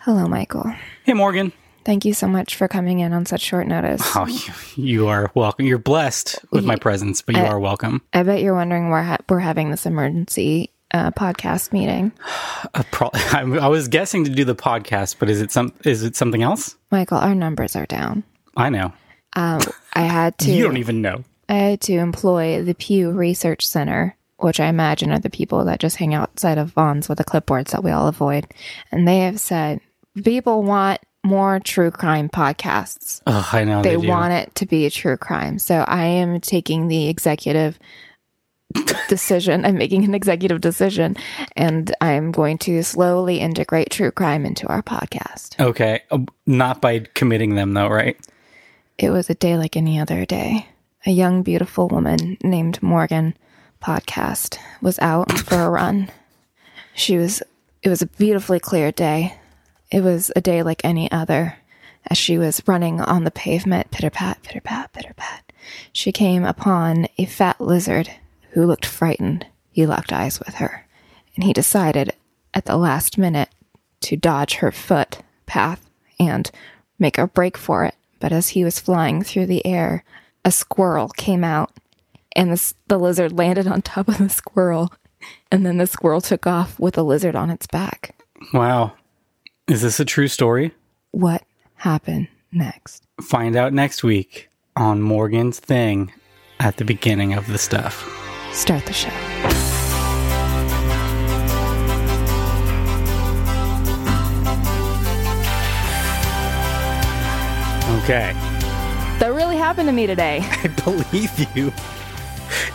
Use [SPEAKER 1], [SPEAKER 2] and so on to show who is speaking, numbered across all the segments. [SPEAKER 1] Hello, Michael.
[SPEAKER 2] Hey, Morgan.
[SPEAKER 1] Thank you so much for coming in on such short notice.
[SPEAKER 2] Oh, you, you are welcome. You're blessed with my presence, but you are welcome.
[SPEAKER 1] I bet you're wondering why ha- we're having this emergency uh, podcast meeting.
[SPEAKER 2] A pro- I, I was guessing to do the podcast, but is it some? Is it something else?
[SPEAKER 1] Michael, our numbers are down.
[SPEAKER 2] I know.
[SPEAKER 1] Um, I had to.
[SPEAKER 2] You don't even know.
[SPEAKER 1] I had to employ the Pew Research Center, which I imagine are the people that just hang outside of Vaughn's with the clipboards that we all avoid. And they have said people want more true crime podcasts.
[SPEAKER 2] Oh, I know.
[SPEAKER 1] They
[SPEAKER 2] do.
[SPEAKER 1] want it to be a true crime. So I am taking the executive decision. I'm making an executive decision and I'm going to slowly integrate true crime into our podcast.
[SPEAKER 2] Okay, Uh, not by committing them though, right?
[SPEAKER 1] It was a day like any other day. A young, beautiful woman named Morgan podcast was out for a run. She was, it was a beautifully clear day. It was a day like any other. As she was running on the pavement, pitter pat, pitter pat, pitter pat, she came upon a fat lizard who looked frightened. He locked eyes with her, and he decided at the last minute to dodge her foot path and make a break for it. But as he was flying through the air, a squirrel came out, and the, s- the lizard landed on top of the squirrel. And then the squirrel took off with the lizard on its back
[SPEAKER 2] Wow, is this a true story?
[SPEAKER 1] what happened next.
[SPEAKER 2] Find out next week on Morgan's thing at the beginning of the stuff.
[SPEAKER 1] Start the show.
[SPEAKER 2] Okay,
[SPEAKER 1] That really happened to me today.
[SPEAKER 2] I believe you.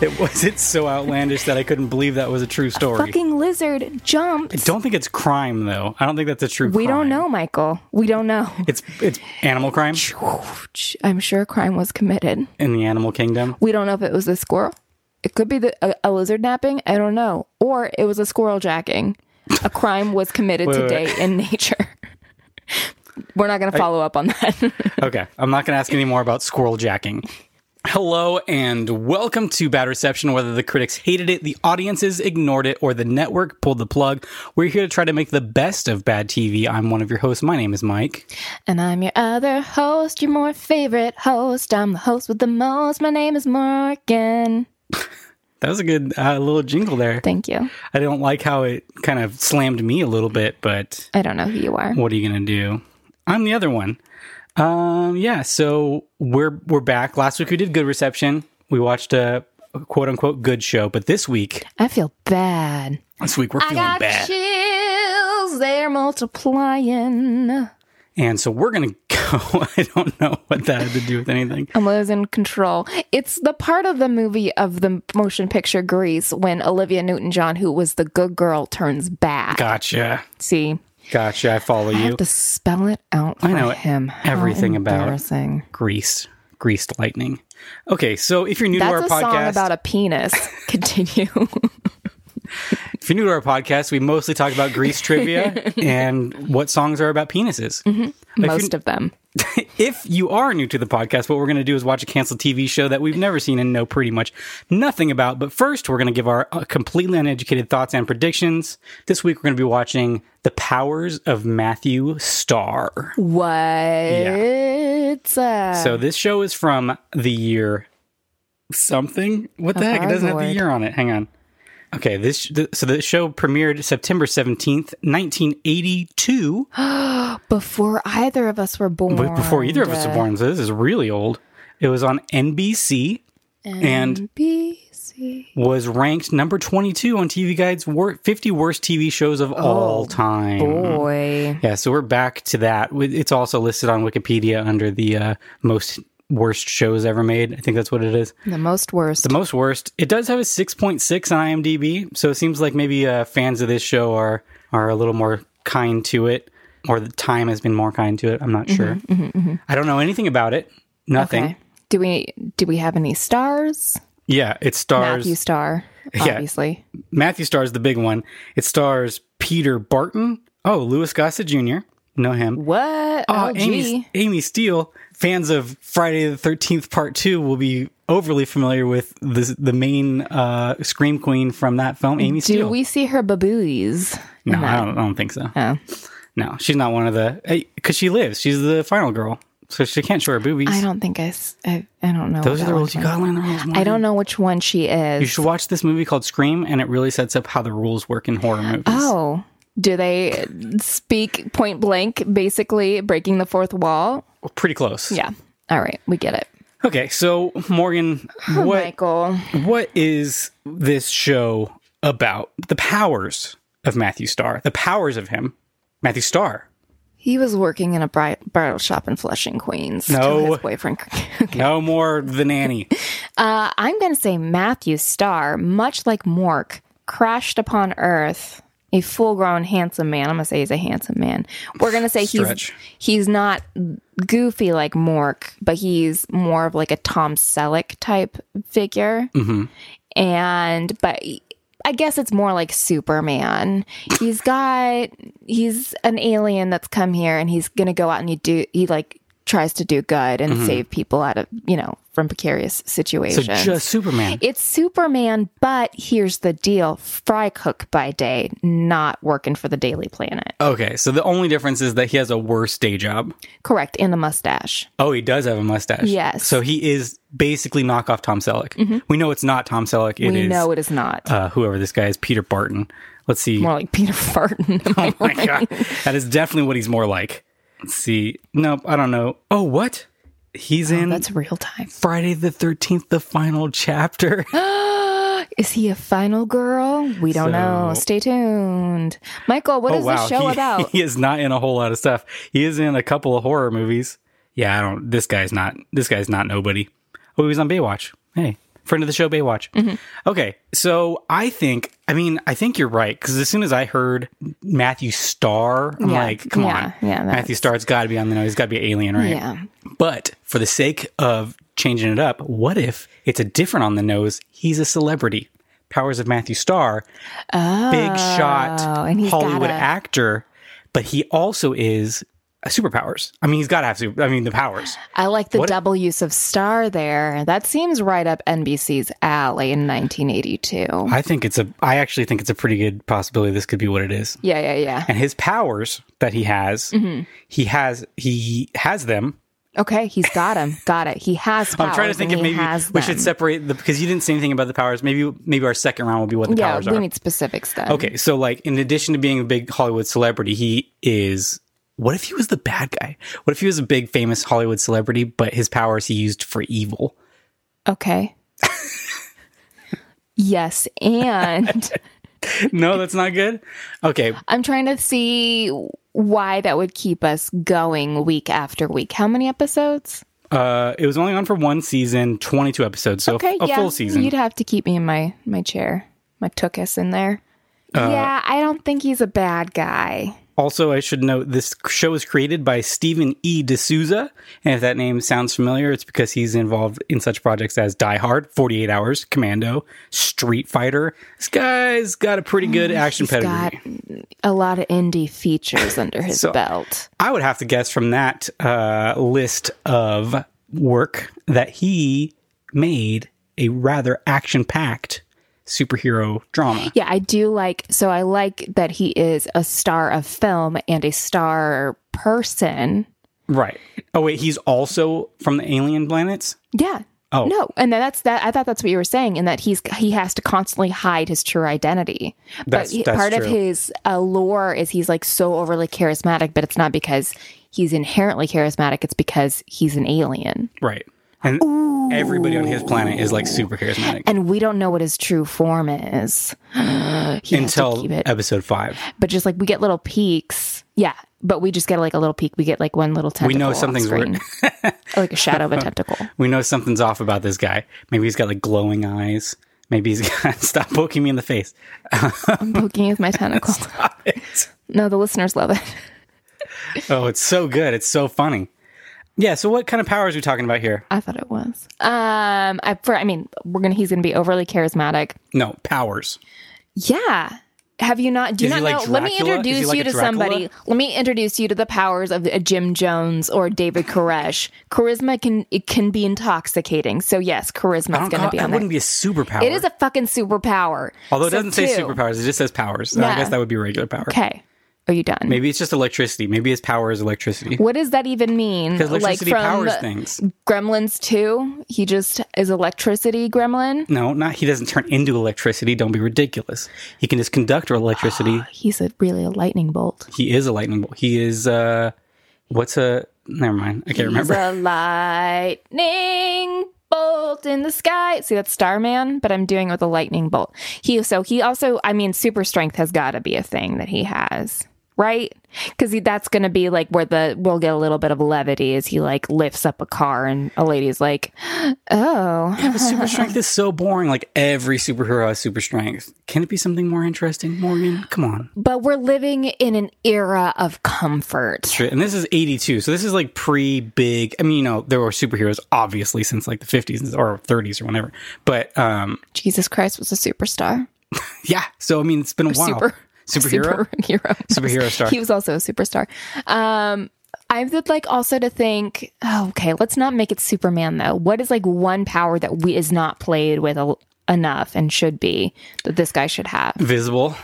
[SPEAKER 2] It wasn't so outlandish that I couldn't believe that was a true story.
[SPEAKER 1] Fucking lizard
[SPEAKER 2] I
[SPEAKER 1] jumped.
[SPEAKER 2] don't think it's crime though. I don't think that's a true.
[SPEAKER 1] We don't
[SPEAKER 2] crime.
[SPEAKER 1] know, Michael. We don't know.
[SPEAKER 2] It's it's animal crime
[SPEAKER 1] I'm sure crime was committed.
[SPEAKER 2] in the animal kingdom.
[SPEAKER 1] We don't know if it was a squirrel. It could be the, a, a lizard napping. I don't know. Or it was a squirrel jacking. A crime was committed
[SPEAKER 2] Wait, wait,
[SPEAKER 1] today in nature. We're not going to follow up on that.
[SPEAKER 2] Okay, I'm not going to ask any more about squirrel jacking. Hello and welcome to Bad Reception. Whether the critics hated it, the audiences ignored it, or the network pulled the plug, we're here to try to make the best of bad TV. I'm one of your hosts. My name is Mike.
[SPEAKER 1] And I'm your other host, your more favorite host. I'm the host with the most. My name is Morgan.
[SPEAKER 2] That was a good uh, little jingle there.
[SPEAKER 1] Thank you.
[SPEAKER 2] I don't like how it kind of slammed me a little bit, but
[SPEAKER 1] I don't know who you are.
[SPEAKER 2] what are you gonna do? I'm the other one. Um, yeah. So we're we're back. Last week we did good reception. We watched a quote unquote good show, but this week,
[SPEAKER 1] I feel bad.
[SPEAKER 2] this week we're
[SPEAKER 1] I
[SPEAKER 2] feeling
[SPEAKER 1] got
[SPEAKER 2] bad,
[SPEAKER 1] chills. They're multiplying.
[SPEAKER 2] and so we're gonna go. I don't know what that had to do with anything.
[SPEAKER 1] I'm losing control. It's the part of the movie of the motion picture Grease when Olivia Newton John, who was the good girl, turns back.
[SPEAKER 2] Gotcha,
[SPEAKER 1] See,
[SPEAKER 2] gotcha. I follow
[SPEAKER 1] I
[SPEAKER 2] you.
[SPEAKER 1] have to spell it out for
[SPEAKER 2] I know
[SPEAKER 1] him. How
[SPEAKER 2] everything about-
[SPEAKER 1] embarrassing.
[SPEAKER 2] Greased, greased lightning. Okay, so if you're new
[SPEAKER 1] That's a
[SPEAKER 2] to our
[SPEAKER 1] song
[SPEAKER 2] podcast,
[SPEAKER 1] about a penis. Continue.
[SPEAKER 2] If you're new to our podcast, we mostly talk about Grease trivia and what songs are about penises. But if you're-
[SPEAKER 1] Most of them.
[SPEAKER 2] if you are new to the podcast, what we're going to do is watch a canceled TV show that we've never seen and know pretty much nothing about. But first, we're going to give our uh, completely uneducated thoughts and predictions. This week, we're going to be watching The Powers of Matthew Starr.
[SPEAKER 1] What? Uh,
[SPEAKER 2] So this show is from the year something. What the
[SPEAKER 1] Of
[SPEAKER 2] heck? It
[SPEAKER 1] our
[SPEAKER 2] doesn't have the
[SPEAKER 1] Lord.
[SPEAKER 2] year on it. Hang on. Okay, this th- so the show premiered September 17th, 1982.
[SPEAKER 1] before either of us were born.
[SPEAKER 2] But before either of us were
[SPEAKER 1] uh,
[SPEAKER 2] born. So this is really old. It was on NBC and-
[SPEAKER 1] NBC.
[SPEAKER 2] was ranked number 22 on TV Guide's wor- 50 worst TV shows
[SPEAKER 1] Oh.
[SPEAKER 2] of all time.
[SPEAKER 1] Boy.
[SPEAKER 2] Yeah, so we're back to that. We- It's also listed on Wikipedia under the uh, most worst shows ever made. I think that's what it is.
[SPEAKER 1] The most worst.
[SPEAKER 2] The most worst. It does have a 6.6 on IMDb, so it seems like maybe uh, fans of this show are are a little more kind to it or the time has been more kind to it. I'm not sure. I don't know anything about it. Nothing.
[SPEAKER 1] Mm-hmm, Okay. Do we do we have any stars?
[SPEAKER 2] Yeah, it stars
[SPEAKER 1] Matthew Star,
[SPEAKER 2] Yeah.
[SPEAKER 1] obviously.
[SPEAKER 2] Matthew Starr's the big one. It stars Peter Barton. Oh, Louis Gossett Jr. Know him.
[SPEAKER 1] What?
[SPEAKER 2] Oh,
[SPEAKER 1] LG.
[SPEAKER 2] Amy, Amy Steele. Fans of Friday the Thirteenth Part Two will be overly familiar with the the main uh, scream queen from that film,
[SPEAKER 1] Do
[SPEAKER 2] Amy Steele.
[SPEAKER 1] we see her babooies?
[SPEAKER 2] no, I don't, I don't think so.
[SPEAKER 1] Oh.
[SPEAKER 2] No, she's not one of the because she lives. She's the final girl, so she can't show her boobies.
[SPEAKER 1] I don't think I, s- I, I don't know.
[SPEAKER 2] Those
[SPEAKER 1] what that
[SPEAKER 2] are the rules. You
[SPEAKER 1] one's
[SPEAKER 2] gotta
[SPEAKER 1] like.
[SPEAKER 2] learn the rules.
[SPEAKER 1] I
[SPEAKER 2] Morgan.
[SPEAKER 1] don't know which one she
[SPEAKER 2] You
[SPEAKER 1] is.
[SPEAKER 2] should watch this movie called Scream, and it really sets up how the rules work in horror movies.
[SPEAKER 1] Oh, do they speak point blank, basically breaking the fourth wall?
[SPEAKER 2] Well, pretty close.
[SPEAKER 1] Oh. Yeah. All right, we get it.
[SPEAKER 2] Okay, so Morgan,
[SPEAKER 1] Oh
[SPEAKER 2] what
[SPEAKER 1] Michael.
[SPEAKER 2] what is this show about? The powers of Matthew Starr. The powers of him, Matthew Starr.
[SPEAKER 1] He was working in a bri- bridal shop in Flushing, Queens.
[SPEAKER 2] No.
[SPEAKER 1] till his boyfriend. Okay.
[SPEAKER 2] No more the nanny.
[SPEAKER 1] Uh, I'm going to say Matthew Starr, much like Mork, crashed upon Earth. A full-grown handsome man. I'm gonna say he's a handsome man. We're gonna say he's
[SPEAKER 2] Stretch.
[SPEAKER 1] he's not goofy like Mork, but he's more of like a Tom Selleck type figure. And but I guess it's more like Superman. He's got he's an alien that's come here and he's gonna go out and he do he like tries to do good and save people out of you know from precarious
[SPEAKER 2] Mm-hmm. So
[SPEAKER 1] situations.
[SPEAKER 2] just Superman.
[SPEAKER 1] It's Superman, but here's the deal fry cook by day, not working for the Daily Planet.
[SPEAKER 2] Okay, so the only difference is that he has a worse day job.
[SPEAKER 1] Correct, and a mustache.
[SPEAKER 2] Oh, he does have a mustache.
[SPEAKER 1] Yes. Mm-hmm.
[SPEAKER 2] So he is basically knockoff Tom Selleck. We know it's not Tom Selleck. It is
[SPEAKER 1] we know it is not.
[SPEAKER 2] uh, whoever this guy is, Peter Barton. Let's see.
[SPEAKER 1] More like Peter Farton.
[SPEAKER 2] oh my god, that is definitely what he's more like. Let's see. Nope, I don't know. Oh, what? He's in
[SPEAKER 1] Oh, That's real time.
[SPEAKER 2] Friday the Thirteenth, the final chapter.
[SPEAKER 1] Is he a final girl? We don't know.
[SPEAKER 2] So- Oh,
[SPEAKER 1] Stay tuned. Michael, What is this show
[SPEAKER 2] he,
[SPEAKER 1] about?
[SPEAKER 2] He is not in a whole lot of stuff. He is in a couple of horror movies. Yeah, I don't. This guy's not. This guy's not nobody. Oh, he was on Baywatch. Hey, friend of the show, Baywatch. Okay, so I think. I mean, I think you're right because as soon as I heard Matthew Starr, I'm
[SPEAKER 1] Yeah,
[SPEAKER 2] like, come
[SPEAKER 1] yeah,
[SPEAKER 2] on,
[SPEAKER 1] yeah, that's-
[SPEAKER 2] Matthew Starr's got to be on the. No, he's got to be an alien, right?
[SPEAKER 1] Yeah.
[SPEAKER 2] But for the sake of changing it up, what if it's a different on the nose? He's a celebrity. Powers of Matthew Starr, big shot
[SPEAKER 1] Oh, and he's
[SPEAKER 2] Hollywood
[SPEAKER 1] gotta-
[SPEAKER 2] actor, but he also is a superpowers. I mean, he's got to have super. I mean, the powers.
[SPEAKER 1] I like the
[SPEAKER 2] What-
[SPEAKER 1] double use of star there. That seems right up NBC's alley in 1982.
[SPEAKER 2] I think it's a. I actually think it's a pretty good possibility. This could be what it is.
[SPEAKER 1] yeah, yeah, yeah.
[SPEAKER 2] And his powers that he has,
[SPEAKER 1] Mm-hmm.
[SPEAKER 2] he has he has them.
[SPEAKER 1] Okay, he's got him. Got it. He has. Powers
[SPEAKER 2] I'm trying to think if maybe we should separate the because you didn't say anything about the powers. Maybe maybe our second round will be what the
[SPEAKER 1] Yeah,
[SPEAKER 2] powers
[SPEAKER 1] we
[SPEAKER 2] are.
[SPEAKER 1] need specifics then.
[SPEAKER 2] Okay, so like in addition to being a big Hollywood celebrity, he is what if he was the bad guy? What if he was a big famous Hollywood celebrity, but his powers he used for evil?
[SPEAKER 1] Okay. yes, and
[SPEAKER 2] no, that's not good. Okay.
[SPEAKER 1] I'm trying to see why that would keep us going week after week. How many episodes?
[SPEAKER 2] Uh it was only on for one season, twenty two episodes, so
[SPEAKER 1] Okay,
[SPEAKER 2] a
[SPEAKER 1] yeah,
[SPEAKER 2] full season.
[SPEAKER 1] You'd have to keep me in my my chair, my tookus in there.
[SPEAKER 2] Uh,
[SPEAKER 1] yeah, I don't think he's a bad guy.
[SPEAKER 2] Also, I should note this show is created by Stephen E. D'Souza. And if that name sounds familiar, it's because he's involved in such projects as Die Hard, 48 Hours, Commando, Street Fighter. This guy's got a pretty good action
[SPEAKER 1] Oh, He's
[SPEAKER 2] pedigree.
[SPEAKER 1] got a lot of indie features under his
[SPEAKER 2] So-
[SPEAKER 1] belt.
[SPEAKER 2] I would have to guess from that uh, list of work that he made a rather action packed superhero drama.
[SPEAKER 1] Yeah, I do like so I like that he is a star of film and a star person.
[SPEAKER 2] Right. Oh, wait, he's also from the alien planets?
[SPEAKER 1] Yeah.
[SPEAKER 2] Oh.
[SPEAKER 1] No, and then that's that. I thought that's what you were saying, and that he's he has to constantly hide his true identity.
[SPEAKER 2] That's-
[SPEAKER 1] but he-
[SPEAKER 2] that's
[SPEAKER 1] part of
[SPEAKER 2] true.
[SPEAKER 1] his allure is he's like so overly charismatic, but it's not because he's inherently charismatic. It's because he's an alien,
[SPEAKER 2] Right. And everybody on his planet is like super charismatic.
[SPEAKER 1] and we don't know what his true form is. he has to
[SPEAKER 2] until
[SPEAKER 1] keep it,
[SPEAKER 2] episode five.
[SPEAKER 1] but just like we get little peaks, yeah. But we just get like a little peek. We get like one little tentacle.
[SPEAKER 2] know
[SPEAKER 1] off
[SPEAKER 2] something's
[SPEAKER 1] screen. like a shadow of a tentacle.
[SPEAKER 2] We know something's off about this guy. Maybe he's got like glowing eyes. Maybe he's got stop poking me in the face.
[SPEAKER 1] I'm poking you with my tentacle.
[SPEAKER 2] Stop it.
[SPEAKER 1] No, the listeners love it.
[SPEAKER 2] Oh, it's so good. It's so funny. Yeah. So, what kind of powers are we talking about here?
[SPEAKER 1] I thought it was. Um, I for I mean, we're gonna he's gonna be overly charismatic.
[SPEAKER 2] No powers.
[SPEAKER 1] Yeah. Have you not? Do you
[SPEAKER 2] Is he
[SPEAKER 1] not know?
[SPEAKER 2] like
[SPEAKER 1] Let me
[SPEAKER 2] Dracula? Is he
[SPEAKER 1] introduce
[SPEAKER 2] like
[SPEAKER 1] you
[SPEAKER 2] a
[SPEAKER 1] to
[SPEAKER 2] Dracula?
[SPEAKER 1] somebody. Let me introduce you to the powers of a Jim Jones or David Koresh. Charisma can it can be intoxicating. So yes,
[SPEAKER 2] I
[SPEAKER 1] charisma's
[SPEAKER 2] don't
[SPEAKER 1] gonna
[SPEAKER 2] call,
[SPEAKER 1] be
[SPEAKER 2] Oh, that
[SPEAKER 1] on there.
[SPEAKER 2] wouldn't be a superpower.
[SPEAKER 1] It is a fucking superpower.
[SPEAKER 2] Although it
[SPEAKER 1] So
[SPEAKER 2] doesn't say
[SPEAKER 1] two.
[SPEAKER 2] superpowers, it just says powers. So I
[SPEAKER 1] Yeah.
[SPEAKER 2] guess that would be a regular power.
[SPEAKER 1] Okay. Are you done?
[SPEAKER 2] Maybe it's just electricity. Maybe his power is electricity.
[SPEAKER 1] What does that even mean?
[SPEAKER 2] Because electricity
[SPEAKER 1] like from
[SPEAKER 2] powers things.
[SPEAKER 1] Gremlins 2, he just is electricity gremlin.
[SPEAKER 2] No, not he doesn't turn into electricity. Don't be ridiculous. He can just conduct electricity.
[SPEAKER 1] He's a really a lightning bolt.
[SPEAKER 2] he is a lightning bolt. He is uh what's a never mind. I can't remember.
[SPEAKER 1] He's a lightning bolt in the sky. See, that's Starman, but I'm doing it with a lightning bolt. He so he also, I mean, super strength has got to be a thing that he has, right? Because that's going to be like where the we'll get a little bit of levity as he like lifts up a car and a lady's like, oh,
[SPEAKER 2] But super strength is so boring. Like every superhero has super strength. Can it be something more interesting, Morgan? Come on.
[SPEAKER 1] but we're living in an era of comfort.
[SPEAKER 2] And this is 82. So this is like pre big. I mean, you know, there were superheroes obviously since like the 50s or 30s or whenever. But um
[SPEAKER 1] Jesus Christ was a superstar,
[SPEAKER 2] yeah. So I mean, it's been a while.
[SPEAKER 1] super
[SPEAKER 2] Superhero?
[SPEAKER 1] superhero,
[SPEAKER 2] Superhero star.
[SPEAKER 1] He was also a superstar. Um, I would like also to think. Oh, okay, let's not make it Superman though. What is like one power that we is not played with a, enough and should be that this guy should have?
[SPEAKER 2] Visible.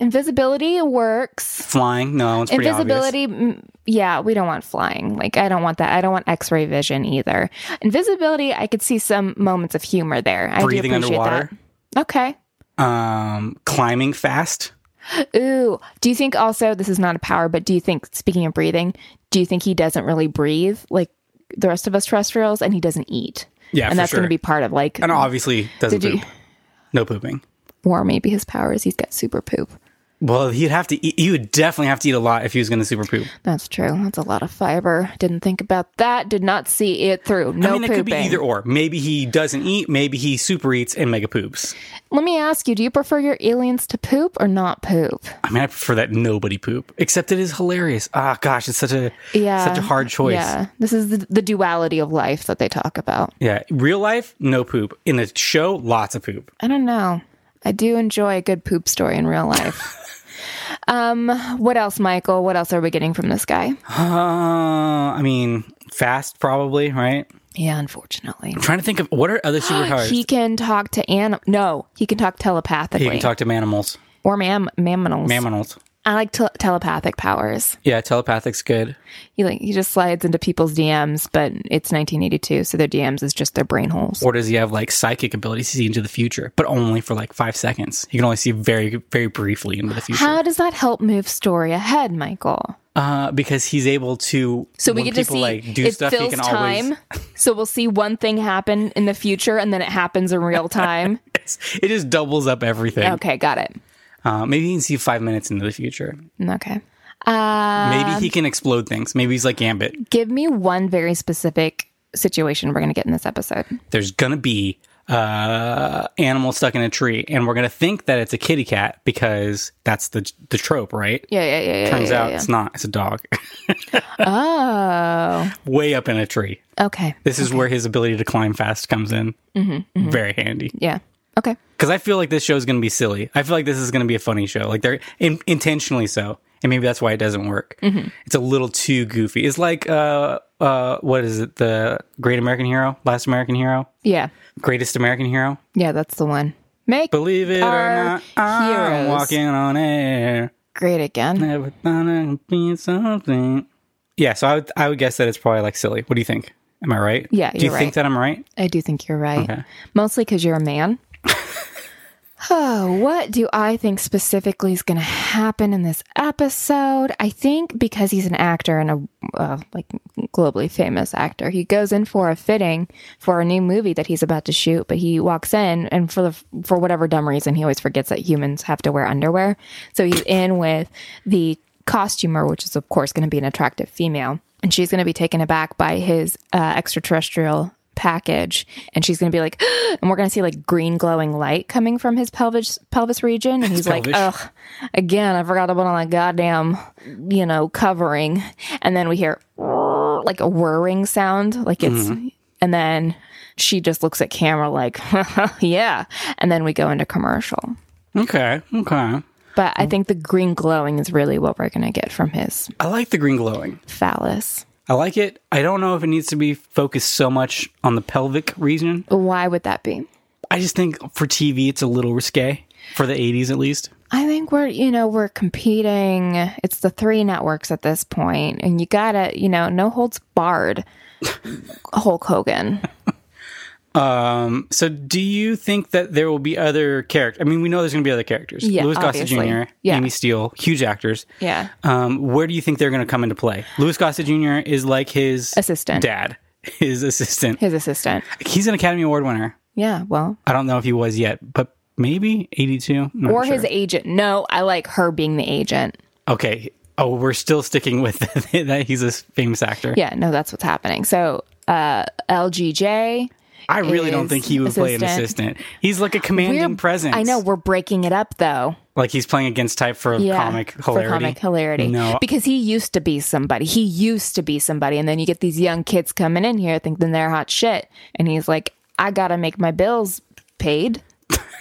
[SPEAKER 1] Invisibility works.
[SPEAKER 2] Flying. No, it's pretty obvious.
[SPEAKER 1] Invisibility, mm, yeah, we don't want flying. Like I don't want that. I don't want X-ray vision either. Invisibility, I could see some moments of humor there. I
[SPEAKER 2] Breathing
[SPEAKER 1] do appreciate
[SPEAKER 2] underwater.
[SPEAKER 1] that. Okay.
[SPEAKER 2] Um, climbing fast.
[SPEAKER 1] Ooh, do you think also this is not a power, but do you think speaking of breathing, do you think he doesn't really breathe like the rest of us terrestrials, and he doesn't eat?
[SPEAKER 2] Yeah, for
[SPEAKER 1] and that's
[SPEAKER 2] sure.
[SPEAKER 1] going to be part of like,
[SPEAKER 2] And obviously doesn't
[SPEAKER 1] Did you-
[SPEAKER 2] poop. No pooping.
[SPEAKER 1] or maybe his power is he's got super poop.
[SPEAKER 2] Well, he'd have to eat. He would definitely have to eat a lot if he was going to super poop.
[SPEAKER 1] That's true. That's a lot of fiber. Didn't think about that. Did not see it through. No
[SPEAKER 2] I mean, it
[SPEAKER 1] pooping.
[SPEAKER 2] could be either or. Maybe he doesn't eat. Maybe he super eats and mega poops.
[SPEAKER 1] Let me ask you: Do you prefer your aliens to poop or not poop?
[SPEAKER 2] I mean, I prefer that nobody poop. Except it is hilarious. Ah, gosh, it's such a
[SPEAKER 1] Yeah,
[SPEAKER 2] such a hard choice. Yeah.
[SPEAKER 1] Yeah, this is the, the duality of life that they talk about.
[SPEAKER 2] real life, no poop. In a show, lots of poop.
[SPEAKER 1] I don't know. I do enjoy a good poop story in real life. um, what else, Michael? What else are we getting from this guy?
[SPEAKER 2] Uh, I mean, fast probably, right?
[SPEAKER 1] Yeah, unfortunately.
[SPEAKER 2] I'm trying to think of what are other superpowers.
[SPEAKER 1] He can talk to anim. No, he can talk telepathically
[SPEAKER 2] he can talk to animals,
[SPEAKER 1] or mam mammals.
[SPEAKER 2] mammals.
[SPEAKER 1] I like te- telepathic powers.
[SPEAKER 2] Yeah, telepathic's good.
[SPEAKER 1] He like he just slides into people's DMs, but it's 1982, so their DMs is just their brain holes.
[SPEAKER 2] Or does he have like psychic abilities to see into the future, but only for like five seconds? He can only see very, very briefly into the future.
[SPEAKER 1] How does that help move story ahead, Michael?
[SPEAKER 2] Uh, because he's able to.
[SPEAKER 1] So we
[SPEAKER 2] when
[SPEAKER 1] get to
[SPEAKER 2] people,
[SPEAKER 1] see
[SPEAKER 2] like do
[SPEAKER 1] it
[SPEAKER 2] stuff.
[SPEAKER 1] fills
[SPEAKER 2] he can
[SPEAKER 1] time.
[SPEAKER 2] always.
[SPEAKER 1] so we'll see one thing happen in the future, and then it happens in real time.
[SPEAKER 2] It's, it just doubles up everything.
[SPEAKER 1] okay, got it.
[SPEAKER 2] Uh, maybe he can see five minutes into the future.
[SPEAKER 1] Okay. Uh,
[SPEAKER 2] maybe he can explode things. Maybe he's like Gambit.
[SPEAKER 1] give me one very specific situation we're going to get in this episode.
[SPEAKER 2] There's gonna be uh animal stuck in a tree, and we're gonna think that it's a kitty cat because that's the the trope, right?
[SPEAKER 1] Yeah, yeah, yeah. yeah
[SPEAKER 2] Turns
[SPEAKER 1] yeah,
[SPEAKER 2] out it's not. It's a dog,
[SPEAKER 1] yeah.
[SPEAKER 2] way up in a tree.
[SPEAKER 1] Oh, okay. Mm-hmm,
[SPEAKER 2] This is where his ability to climb fast comes in. Very handy.
[SPEAKER 1] Yeah. Okay.
[SPEAKER 2] Because I feel like this show is going to be silly. I feel like this is going to be a funny show. Like they're in- intentionally so, and maybe that's why it doesn't work.
[SPEAKER 1] Mm-hmm.
[SPEAKER 2] It's a little too goofy. It's like uh uh what is it? The Great American Hero, Last American Hero,
[SPEAKER 1] Yeah.
[SPEAKER 2] Greatest American Hero.
[SPEAKER 1] Yeah, that's the one. Make
[SPEAKER 2] Believe it or
[SPEAKER 1] Our
[SPEAKER 2] not, I'm
[SPEAKER 1] heroes.
[SPEAKER 2] walking on air.
[SPEAKER 1] great again.
[SPEAKER 2] Never thought I'd be something. Yeah, so I would I would guess that it's probably like silly. What do you think? Am I right?
[SPEAKER 1] Yeah,
[SPEAKER 2] Do you
[SPEAKER 1] you're
[SPEAKER 2] think
[SPEAKER 1] right.
[SPEAKER 2] that I'm right?
[SPEAKER 1] I do think you're right.
[SPEAKER 2] Okay.
[SPEAKER 1] Mostly because you're a man. oh, what do I think specifically is going to happen in this episode? I think because he's an actor and a uh, like globally famous actor, he goes in for a fitting for a new movie that he's about to shoot. But he walks in, and for the for whatever dumb reason, he always forgets that humans have to wear underwear. So he's in with the costumer, which is of course going to be an attractive female, and she's going to be taken aback by his uh, extraterrestrial package and she's going to be like and we're going to see like green glowing light coming from his pelvis pelvis region and he's like
[SPEAKER 2] pelvis.
[SPEAKER 1] ugh again i forgot about all that goddamn you know covering and then we hear like a whirring sound like it's and then she just looks at camera like yeah and then we go into commercial
[SPEAKER 2] Okay. Okay.
[SPEAKER 1] but i think the green glowing is really what we're going to get from his
[SPEAKER 2] I like the green glowing.
[SPEAKER 1] phallus
[SPEAKER 2] I like it. I don't know if it needs to be focused so much on the pelvic region.
[SPEAKER 1] why would that be
[SPEAKER 2] I just think for TV, it's a little risque for the 80s at least.
[SPEAKER 1] I think we're, you know, we're competing. It's the three networks at this point, and you gotta, you know, no holds barred. Hulk Hogan.
[SPEAKER 2] Um, so do you think that there will be other characters? I mean, we know there's going to be other characters.
[SPEAKER 1] Yeah,
[SPEAKER 2] Louis Gossett
[SPEAKER 1] obviously.
[SPEAKER 2] Jr.,
[SPEAKER 1] Yeah.
[SPEAKER 2] Amy Steele, huge actors.
[SPEAKER 1] Yeah.
[SPEAKER 2] Um, where do you think they're going to come into play? Louis Gossett Jr. is like his
[SPEAKER 1] Assistant.
[SPEAKER 2] dad, his assistant.
[SPEAKER 1] His assistant.
[SPEAKER 2] He's an Academy Award winner.
[SPEAKER 1] Yeah, well,
[SPEAKER 2] I don't know if he was yet, but maybe 82. Not
[SPEAKER 1] or
[SPEAKER 2] sure.
[SPEAKER 1] his agent. No, I like her being the agent.
[SPEAKER 2] Okay. Oh, we're still sticking with that he's a famous actor.
[SPEAKER 1] Yeah, no, that's what's happening. So, uh, LGJ.
[SPEAKER 2] I really don't
[SPEAKER 1] is
[SPEAKER 2] think he would play an
[SPEAKER 1] assistant.
[SPEAKER 2] assistant. He's like a commanding presence.
[SPEAKER 1] I know we're breaking it up though.
[SPEAKER 2] Like he's playing against type for
[SPEAKER 1] Yeah,
[SPEAKER 2] comic
[SPEAKER 1] for
[SPEAKER 2] hilarity.
[SPEAKER 1] comic hilarity.
[SPEAKER 2] No,
[SPEAKER 1] because he used to be somebody. He used to be somebody, and then you get these young kids coming in here thinking they're hot shit, and he's like, "I gotta make my bills paid."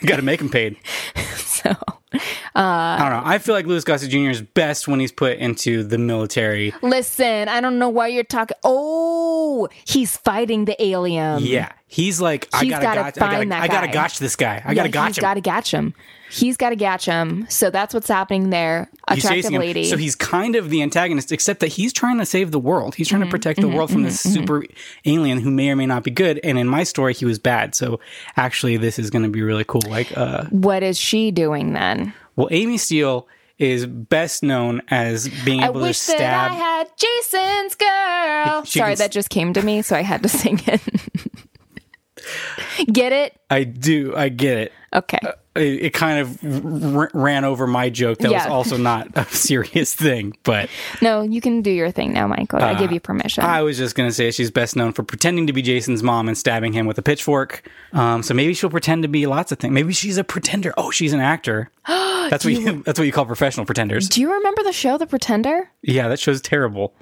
[SPEAKER 2] got to make him paid.
[SPEAKER 1] So uh,
[SPEAKER 2] I don't know. I feel like Louis Gossett Jr. is best when he's put into the military.
[SPEAKER 1] listen, I don't know why you're talking. Oh, he's fighting the alien.
[SPEAKER 2] Yeah, he's like, I
[SPEAKER 1] He's
[SPEAKER 2] gotta,
[SPEAKER 1] gotta
[SPEAKER 2] gotch, I
[SPEAKER 1] find
[SPEAKER 2] gotta,
[SPEAKER 1] that
[SPEAKER 2] I gotta
[SPEAKER 1] guy.
[SPEAKER 2] gotch this guy. I gotta
[SPEAKER 1] Yeah,
[SPEAKER 2] gotch
[SPEAKER 1] He's
[SPEAKER 2] him.
[SPEAKER 1] got to gatch him. He's got to gatch him. So that's what's happening there.
[SPEAKER 2] He's
[SPEAKER 1] Attractive
[SPEAKER 2] chasing him.
[SPEAKER 1] lady.
[SPEAKER 2] So he's kind of the antagonist, except that he's trying to save the world. He's
[SPEAKER 1] Mm-hmm,
[SPEAKER 2] trying to protect the world from this super alien who may or may not be good. And in my story, he was bad. So actually, this is going to be really cool. Like, uh,
[SPEAKER 1] what is she doing then?
[SPEAKER 2] well, Amy Steele is best known as being
[SPEAKER 1] I
[SPEAKER 2] able to
[SPEAKER 1] wish
[SPEAKER 2] stab.
[SPEAKER 1] that I had Jason's girl.
[SPEAKER 2] She
[SPEAKER 1] Sorry,
[SPEAKER 2] can
[SPEAKER 1] that
[SPEAKER 2] s-
[SPEAKER 1] just came to me, so I had to sing it. Get it?
[SPEAKER 2] I do. I get it.
[SPEAKER 1] Okay.
[SPEAKER 2] it, it kind of r- ran over my joke that was
[SPEAKER 1] Yeah.
[SPEAKER 2] also not a serious thing but
[SPEAKER 1] No, you can do your thing now, Michael. I give you permission.
[SPEAKER 2] Uh, i was just going to say she's best known for pretending to be jason's mom and stabbing him with a pitchfork um, so maybe she'll pretend to be lots of things maybe she's a pretender oh she's an actor that's what you that's what you call professional pretenders
[SPEAKER 1] do you remember the show The Pretender?
[SPEAKER 2] yeah that show's terrible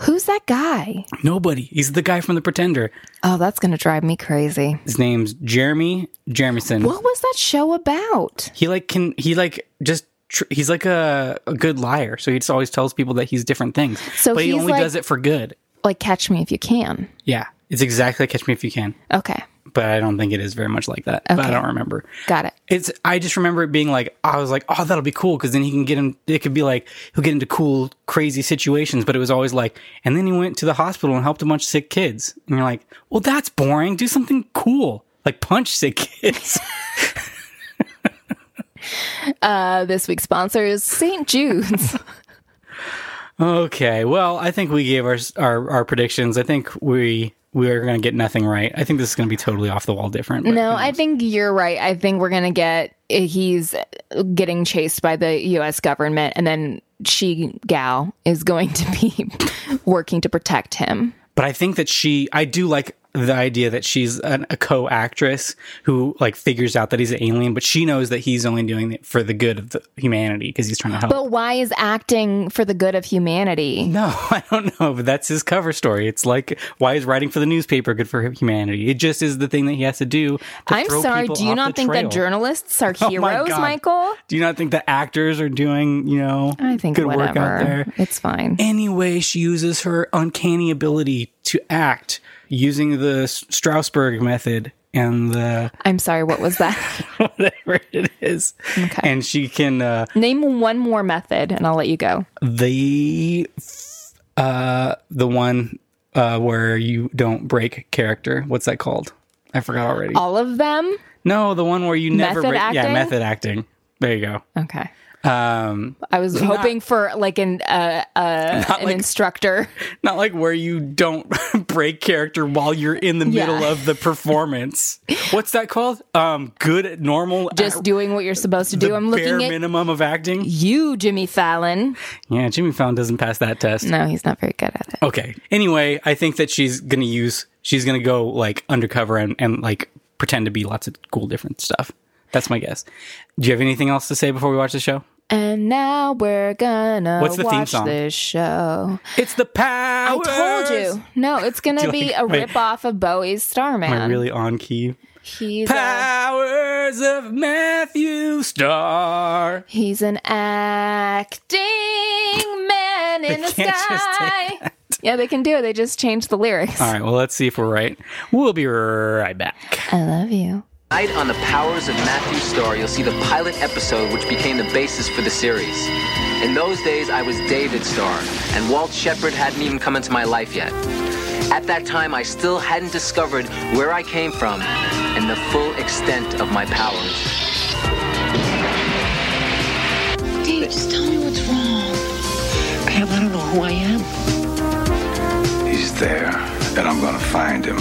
[SPEAKER 1] Who's that guy?
[SPEAKER 2] nobody he's the guy from the pretender
[SPEAKER 1] Oh, that's going to drive me crazy.
[SPEAKER 2] his name's jeremy jeremison
[SPEAKER 1] What was that show about?
[SPEAKER 2] he like can he like just tr- he's like a, a good liar so he just always tells people that he's different things
[SPEAKER 1] So
[SPEAKER 2] but he
[SPEAKER 1] he's
[SPEAKER 2] only
[SPEAKER 1] like-
[SPEAKER 2] does it for good
[SPEAKER 1] Like Catch Me If You Can.
[SPEAKER 2] Yeah, it's exactly Catch Me If You Can,
[SPEAKER 1] Okay.
[SPEAKER 2] but I don't think it is very much like that. But I
[SPEAKER 1] Okay.
[SPEAKER 2] don't remember.
[SPEAKER 1] Got it.
[SPEAKER 2] It's I just remember it being like I was like, oh, that'll be cool because then he can get him. It could be like he'll get into cool, crazy situations. But it was always like, and then he went to the hospital and helped a bunch of sick kids. And you're like, well, that's boring. Do something cool, like punch sick kids.
[SPEAKER 1] Uh, this week's sponsor is St. Jude's.
[SPEAKER 2] okay, well, I think we gave our our, our predictions. I think we. We are going to get nothing right. I think this is going to be totally off the wall different. but-
[SPEAKER 1] no, I think you're right. I think we're going to get he's getting chased by the US government and then she gal is going to be working to protect him.
[SPEAKER 2] but I think that she, I do like the idea that she's an, a co-actress who like figures out that he's an alien, but she knows that he's only doing it for the good of the humanity because he's trying to help.
[SPEAKER 1] But why is acting for the good of humanity?
[SPEAKER 2] no, I don't know, but that's his cover story. It's like why is writing for the newspaper good for humanity? It just is the thing that he has to do. To
[SPEAKER 1] I'm
[SPEAKER 2] throw
[SPEAKER 1] sorry,
[SPEAKER 2] people
[SPEAKER 1] do you
[SPEAKER 2] off
[SPEAKER 1] not
[SPEAKER 2] the
[SPEAKER 1] think
[SPEAKER 2] trail.
[SPEAKER 1] that journalists are
[SPEAKER 2] Oh my
[SPEAKER 1] heroes,
[SPEAKER 2] God.
[SPEAKER 1] Michael?
[SPEAKER 2] Do you not think that actors are doing you know
[SPEAKER 1] I think
[SPEAKER 2] good
[SPEAKER 1] whatever.
[SPEAKER 2] work out there?
[SPEAKER 1] It's fine.
[SPEAKER 2] Anyway, she uses her uncanny ability to act using the S- Strasbourg method and the
[SPEAKER 1] I'm sorry, what was that?
[SPEAKER 2] whatever it is.
[SPEAKER 1] Okay.
[SPEAKER 2] And she can uh
[SPEAKER 1] Name one more method and I'll let you go.
[SPEAKER 2] the uh the one uh where you don't break character. What's that called? I forgot already.
[SPEAKER 1] All of them?
[SPEAKER 2] no, the one where you never
[SPEAKER 1] Oh. Method
[SPEAKER 2] break yeah,
[SPEAKER 1] acting?
[SPEAKER 2] method acting. There you
[SPEAKER 1] Okay.
[SPEAKER 2] go. Um
[SPEAKER 1] I was hoping for like an uh, uh, an
[SPEAKER 2] like-
[SPEAKER 1] instructor.
[SPEAKER 2] not like where you don't break character while you're in the
[SPEAKER 1] Yeah.
[SPEAKER 2] middle of the performance. What's that called? Um good normal
[SPEAKER 1] just doing what you're supposed to do. I'm
[SPEAKER 2] bare
[SPEAKER 1] looking at
[SPEAKER 2] minimum of acting.
[SPEAKER 1] you, Jimmy Fallon.
[SPEAKER 2] Yeah, Jimmy Fallon doesn't pass that test.
[SPEAKER 1] No, he's not very good at it.
[SPEAKER 2] Okay. Anyway, I think that she's gonna use she's gonna go like undercover and, and like pretend to be lots of cool different stuff. That's my guess. Do you have anything else to say before we watch the show?
[SPEAKER 1] And now we're gonna
[SPEAKER 2] What's the theme
[SPEAKER 1] watch
[SPEAKER 2] song?
[SPEAKER 1] this show.
[SPEAKER 2] It's the
[SPEAKER 1] I
[SPEAKER 2] power.
[SPEAKER 1] told you. No, it's gonna
[SPEAKER 2] you
[SPEAKER 1] be
[SPEAKER 2] like
[SPEAKER 1] a
[SPEAKER 2] my-
[SPEAKER 1] rip off of Bowie's
[SPEAKER 2] Am I
[SPEAKER 1] Starman.
[SPEAKER 2] really on key?
[SPEAKER 1] he's a,
[SPEAKER 2] Powers of Matthew Star.
[SPEAKER 1] he's an acting man in the
[SPEAKER 2] can't just
[SPEAKER 1] sky. Yeah, they can do it. They just change the lyrics.
[SPEAKER 2] All right. Well, let's see if we're right. We'll be right back.
[SPEAKER 1] I love you.
[SPEAKER 3] Tonight on The Powers of Matthew Star, you'll see the pilot episode which became the basis for the series. In those days, I was David Starr, and Walt Shepard hadn't even come into my life yet. At that time, I still hadn't discovered where I came from and the full extent of my powers.
[SPEAKER 4] Dave, just tell me what's wrong. Pam, I don't know who I am.
[SPEAKER 5] He's there, and I'm gonna find him.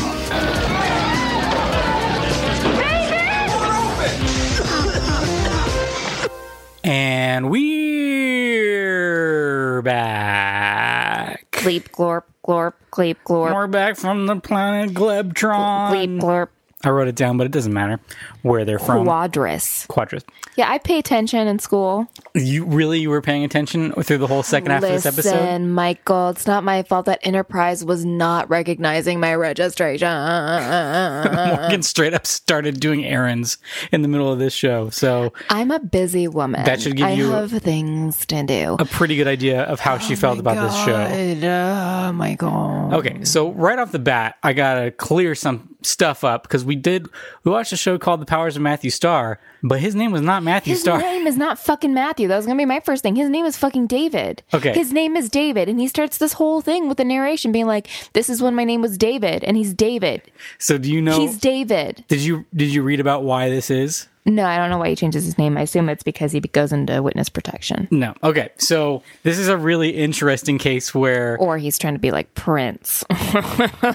[SPEAKER 2] And we're back.
[SPEAKER 1] Gleep glorp glorp gleep glorp
[SPEAKER 2] We're back from the planet Glebtron.
[SPEAKER 1] gleep glorp
[SPEAKER 2] I wrote it down, but it doesn't matter where they're from.
[SPEAKER 1] quadris.
[SPEAKER 2] Quadras.
[SPEAKER 1] Yeah, I pay attention in school.
[SPEAKER 2] You really you were paying attention through the whole second half of this episode?
[SPEAKER 1] Listen, Michael, it's not my fault that Enterprise was not recognizing my registration.
[SPEAKER 2] Morgan straight up started doing errands in the middle of this show. So
[SPEAKER 1] I'm a busy woman.
[SPEAKER 2] That should give
[SPEAKER 1] I
[SPEAKER 2] you-
[SPEAKER 1] have things to do.
[SPEAKER 2] a pretty good idea of how she felt about this show.
[SPEAKER 1] Oh my god.
[SPEAKER 2] Okay, so right off the bat, I gotta clear some stuff up because we did we watched a show called The Powers of Matthew Starr, but his name was not Matthew
[SPEAKER 1] His
[SPEAKER 2] Starr.
[SPEAKER 1] name is not fucking Matthew. That was gonna be my first thing. His name is fucking David.
[SPEAKER 2] Okay.
[SPEAKER 1] His name is David, and he starts this whole thing with the narration being like, "This is when my name was David," and he's David.
[SPEAKER 2] So do you know?
[SPEAKER 1] He's David.
[SPEAKER 2] did you did you read about why this is?
[SPEAKER 1] No, I don't know why he changes his name. I assume it's because he goes into witness protection,
[SPEAKER 2] No. Okay, so this is a really interesting case where
[SPEAKER 1] or he's trying to be like Prince.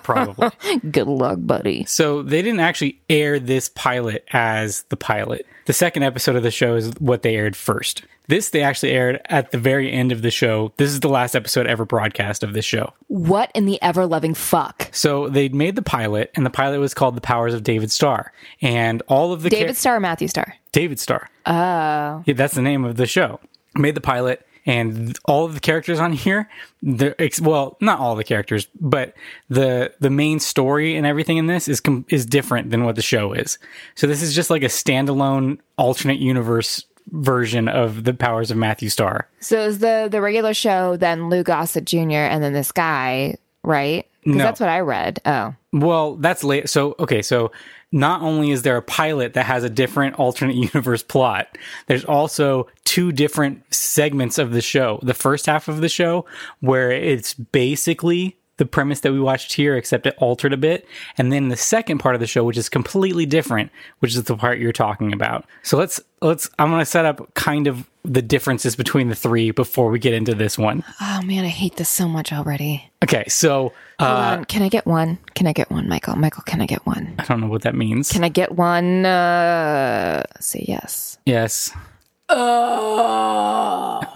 [SPEAKER 2] probably.
[SPEAKER 1] Good luck, buddy.
[SPEAKER 2] So they didn't actually air this pilot as the pilot. The second episode of the show is what they aired first. This they actually aired at the very end of the show. This is the last episode ever broadcast of this show.
[SPEAKER 1] What in the ever loving fuck?
[SPEAKER 2] So they made the pilot, and the pilot was called "The Powers of David Starr." And all of the
[SPEAKER 1] David
[SPEAKER 2] char-
[SPEAKER 1] Starr, or Matthew Starr.
[SPEAKER 2] David Starr. Oh, yeah, that's the name of the show. Made the pilot, and th- all of the characters on here, they're ex- well, not all the characters, but the the main story and everything in this is com- is different than what the show is. So this is just like a standalone alternate universe version of the powers of Matthew Starr.
[SPEAKER 1] So is the the regular show then Lou Gossett Jr. and then this guy, right? Because
[SPEAKER 2] No.
[SPEAKER 1] that's what I read. Oh,
[SPEAKER 2] Well, that's late. So, okay, so not only is there a pilot that has a different alternate universe plot, there's also two different segments of the show. The first half of the show, where it's basically the premise that we watched here, except it altered a bit. And then the second part of the show, which is completely different, which is the part you're talking about. So let's, let's, I'm going to set up kind of the differences between the three before we get into this one.
[SPEAKER 1] oh man, I hate this so much already.
[SPEAKER 2] Okay. So, uh,
[SPEAKER 1] Hold on. Can I get one? Can I get one, Michael? Michael, can I get one?
[SPEAKER 2] I don't know what that means.
[SPEAKER 1] Can I get one? Uh, say yes.
[SPEAKER 2] Yes.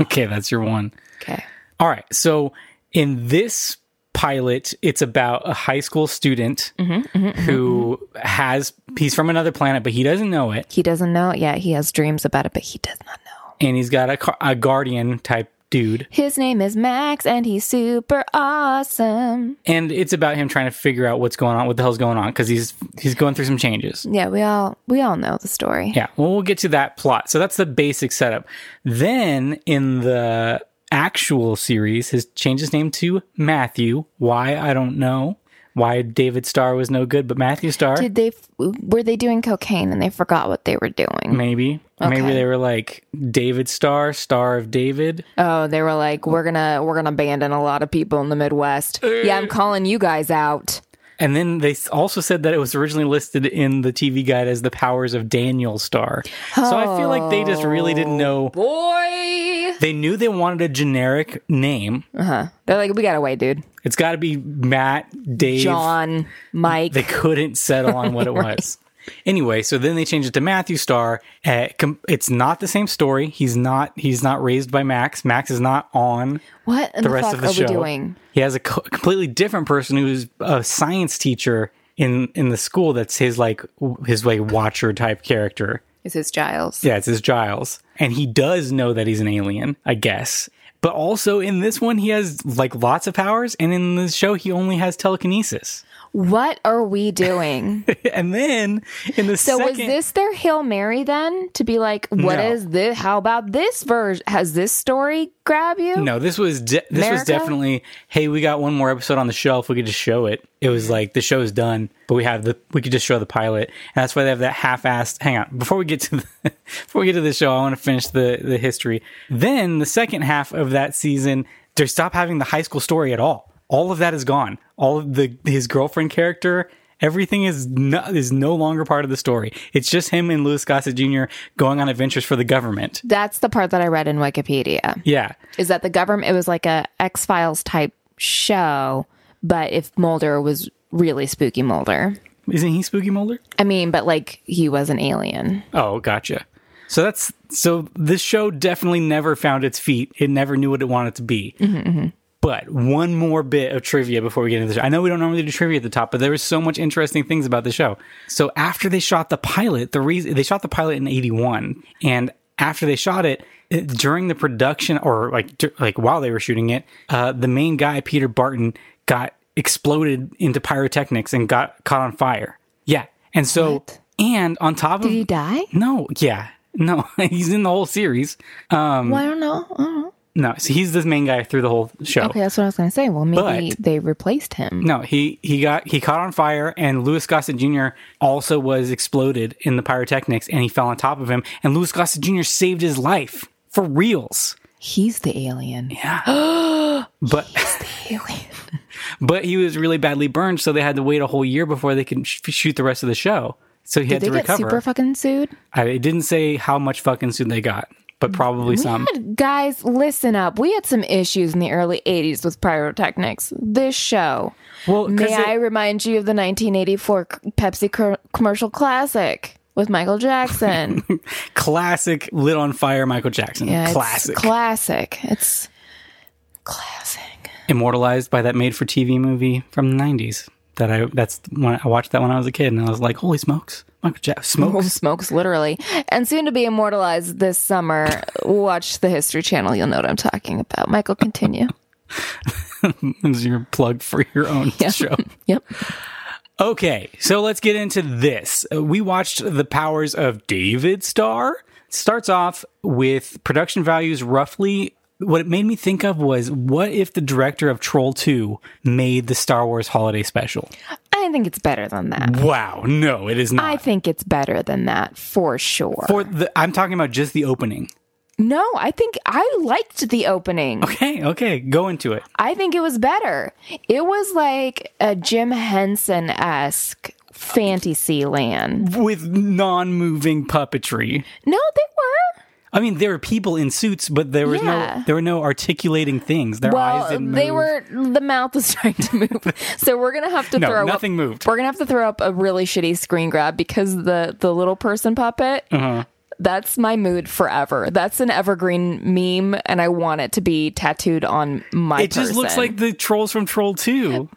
[SPEAKER 2] Okay, that's your one.
[SPEAKER 1] Okay.
[SPEAKER 2] All right. So in this pilot, it's about a high school student who has he's from another planet, but he doesn't know it,
[SPEAKER 1] He doesn't know it yet. He has dreams about it, but he does not know.
[SPEAKER 2] and he's got a, car- a guardian type dude,
[SPEAKER 1] His name is Max, and he's super awesome.
[SPEAKER 2] and it's about him trying to figure out what's going on, what the hell's going on, because he's he's going through some changes.
[SPEAKER 1] Yeah, we all we all know the story.
[SPEAKER 2] Yeah, well, we'll get to that plot. So that's the basic setup. Then in the actual series, his changed his name to Matthew. Why I don't know. Why David Starr was no good, but Matthew Starr
[SPEAKER 1] Did they? Were they doing cocaine and they forgot what they were doing?
[SPEAKER 2] maybe. Maybe
[SPEAKER 1] Okay.
[SPEAKER 2] they were like David Starr, Star of David.
[SPEAKER 1] Oh, they were like, we're gonna we're gonna abandon a lot of people in the Midwest. yeah, I'm calling you guys out.
[SPEAKER 2] And then they s- also said that it was originally listed in the TV guide as the powers of Daniel Starr. So I feel like they just really didn't know.
[SPEAKER 1] Oh. Boy,
[SPEAKER 2] They knew they wanted a generic name.
[SPEAKER 1] they're like, we gotta wait, dude.
[SPEAKER 2] It's got to be Matt, Dave,
[SPEAKER 1] John, Mike.
[SPEAKER 2] they couldn't settle on what it was. Anyway, so then they changed it to Matthew Starr. Uh, com- it's not the same story. He's not he's not raised by Max. Max is not on
[SPEAKER 1] what in
[SPEAKER 2] the
[SPEAKER 1] the,
[SPEAKER 2] rest
[SPEAKER 1] fuck
[SPEAKER 2] of the
[SPEAKER 1] are
[SPEAKER 2] show.
[SPEAKER 1] we doing?
[SPEAKER 2] He has a co- completely different person who's a science teacher in in the school. That's his like w- his like watcher type character.
[SPEAKER 1] Is his Giles?
[SPEAKER 2] Yeah, it's his Giles, and he does know that he's an alien, I guess. But also in this one, he has like lots of powers, and in the show, he only has telekinesis.
[SPEAKER 1] What are we doing?
[SPEAKER 2] And then in the
[SPEAKER 1] So
[SPEAKER 2] second,
[SPEAKER 1] was this their hail mary then to be like, what
[SPEAKER 2] No.
[SPEAKER 1] is this? How about this version? Has this story grab you?
[SPEAKER 2] No, this was de- this was
[SPEAKER 1] America?
[SPEAKER 2] definitely. Hey, we got one more episode on the shelf. We could just show it. It was like the show's done, but we have the we could just show the pilot, and that's why they have that half-assed. Hang on, before we get to the, before we get to the show, I want to finish the the history. Then the second half of that season, they stop having the high school story at all. All of that is gone. All of the his girlfriend character. Everything is no, is no longer part of the story. It's just him and Louis Gossett Jr. going on adventures for the government.
[SPEAKER 1] That's the part that I read in Wikipedia.
[SPEAKER 2] Yeah,
[SPEAKER 1] Is that the government? It was like a X Files type show, but if Mulder was really spooky Mulder.
[SPEAKER 2] isn't he Spooky Mulder?
[SPEAKER 1] I mean, but like he was an alien.
[SPEAKER 2] Oh, gotcha. So that's so this show definitely never found its feet. It never knew what it wanted to be.
[SPEAKER 1] Mm-hmm,
[SPEAKER 2] But one more bit of trivia before we get into the show. I know we don't normally do trivia at the top, but there was so much interesting things about the show. So after they shot the pilot, the reason they shot the pilot in '81, and after they shot it it- during the production or like dur- like while they were shooting it, uh, the main guy Peter Barton got exploded into pyrotechnics and got caught on fire. Yeah, and so
[SPEAKER 1] What?
[SPEAKER 2] and on top of
[SPEAKER 1] Did he die?
[SPEAKER 2] no, yeah. No, he's in the whole series. Um,
[SPEAKER 1] well, I don't know. I don't know.
[SPEAKER 2] No, so he's the main guy through the whole show.
[SPEAKER 1] Okay, that's what I was going to say. Well, maybe
[SPEAKER 2] But-
[SPEAKER 1] they replaced him.
[SPEAKER 2] No, he he got he caught on fire and Louis Gossett Jr. also was exploded in the pyrotechnics and he fell on top of him and Louis Gossett Jr. saved his life for reals.
[SPEAKER 1] He's the alien.
[SPEAKER 2] But
[SPEAKER 1] Alien.
[SPEAKER 2] but he was really badly burned so they had to wait a whole year before they could sh- shoot the rest of the show. So he had
[SPEAKER 1] Did they get
[SPEAKER 2] to recover.
[SPEAKER 1] super fucking sued?
[SPEAKER 2] I, it didn't say how much fucking soon they got, but probably some.
[SPEAKER 1] Guys, listen up. We had some issues in the early 80s with pyrotechnics. This show.
[SPEAKER 2] Well, 'cause
[SPEAKER 1] May
[SPEAKER 2] it-
[SPEAKER 1] I remind you of the 1984 c- Pepsi cur- commercial classic with Michael Jackson?
[SPEAKER 2] classic lit on fire Michael Jackson.
[SPEAKER 1] Yeah, it's
[SPEAKER 2] classic.
[SPEAKER 1] classic. It's classic.
[SPEAKER 2] immortalized by that made for TV movie from the 90s that I that's when I watched that when I was a kid and I was like holy smokes Michael Jackson
[SPEAKER 1] Oh,
[SPEAKER 2] smokes
[SPEAKER 1] smokes literally, and soon to be immortalized this summer. Watch the History Channel. You'll know what I'm talking about. Michael, continue.
[SPEAKER 2] is your plug for your own show.
[SPEAKER 1] yep.
[SPEAKER 2] Okay, so let's get into this. Uh, We watched The Powers of David Starr. Starts off with production values roughly what it made me think of was what if the director of Troll 2 made the Star Wars holiday special?
[SPEAKER 1] I think it's better than that.
[SPEAKER 2] Wow, no, it is not.
[SPEAKER 1] I think it's better than that for sure.
[SPEAKER 2] for the I'm talking about just the opening.
[SPEAKER 1] No, I think I liked the opening.
[SPEAKER 2] Okay, okay, go into it.
[SPEAKER 1] I think it was better. It was like a Jim Henson esque fantasy land.
[SPEAKER 2] with non-moving puppetry.
[SPEAKER 1] No, they
[SPEAKER 2] I mean, there were people in suits, but there was
[SPEAKER 1] Yeah.
[SPEAKER 2] no there were no articulating things. Their
[SPEAKER 1] were.
[SPEAKER 2] eyes
[SPEAKER 1] Well,
[SPEAKER 2] didn't move.
[SPEAKER 1] they were. The mouth was trying to move, so we're gonna have to
[SPEAKER 2] No,
[SPEAKER 1] throw
[SPEAKER 2] nothing
[SPEAKER 1] up,
[SPEAKER 2] moved.
[SPEAKER 1] We're gonna have to throw up a really shitty screen grab because the the little person puppet.
[SPEAKER 2] Uh-huh.
[SPEAKER 1] That's my mood forever. That's an evergreen meme, and I want it to be tattooed on my.
[SPEAKER 2] It just looks
[SPEAKER 1] person.
[SPEAKER 2] like the trolls from Troll Two.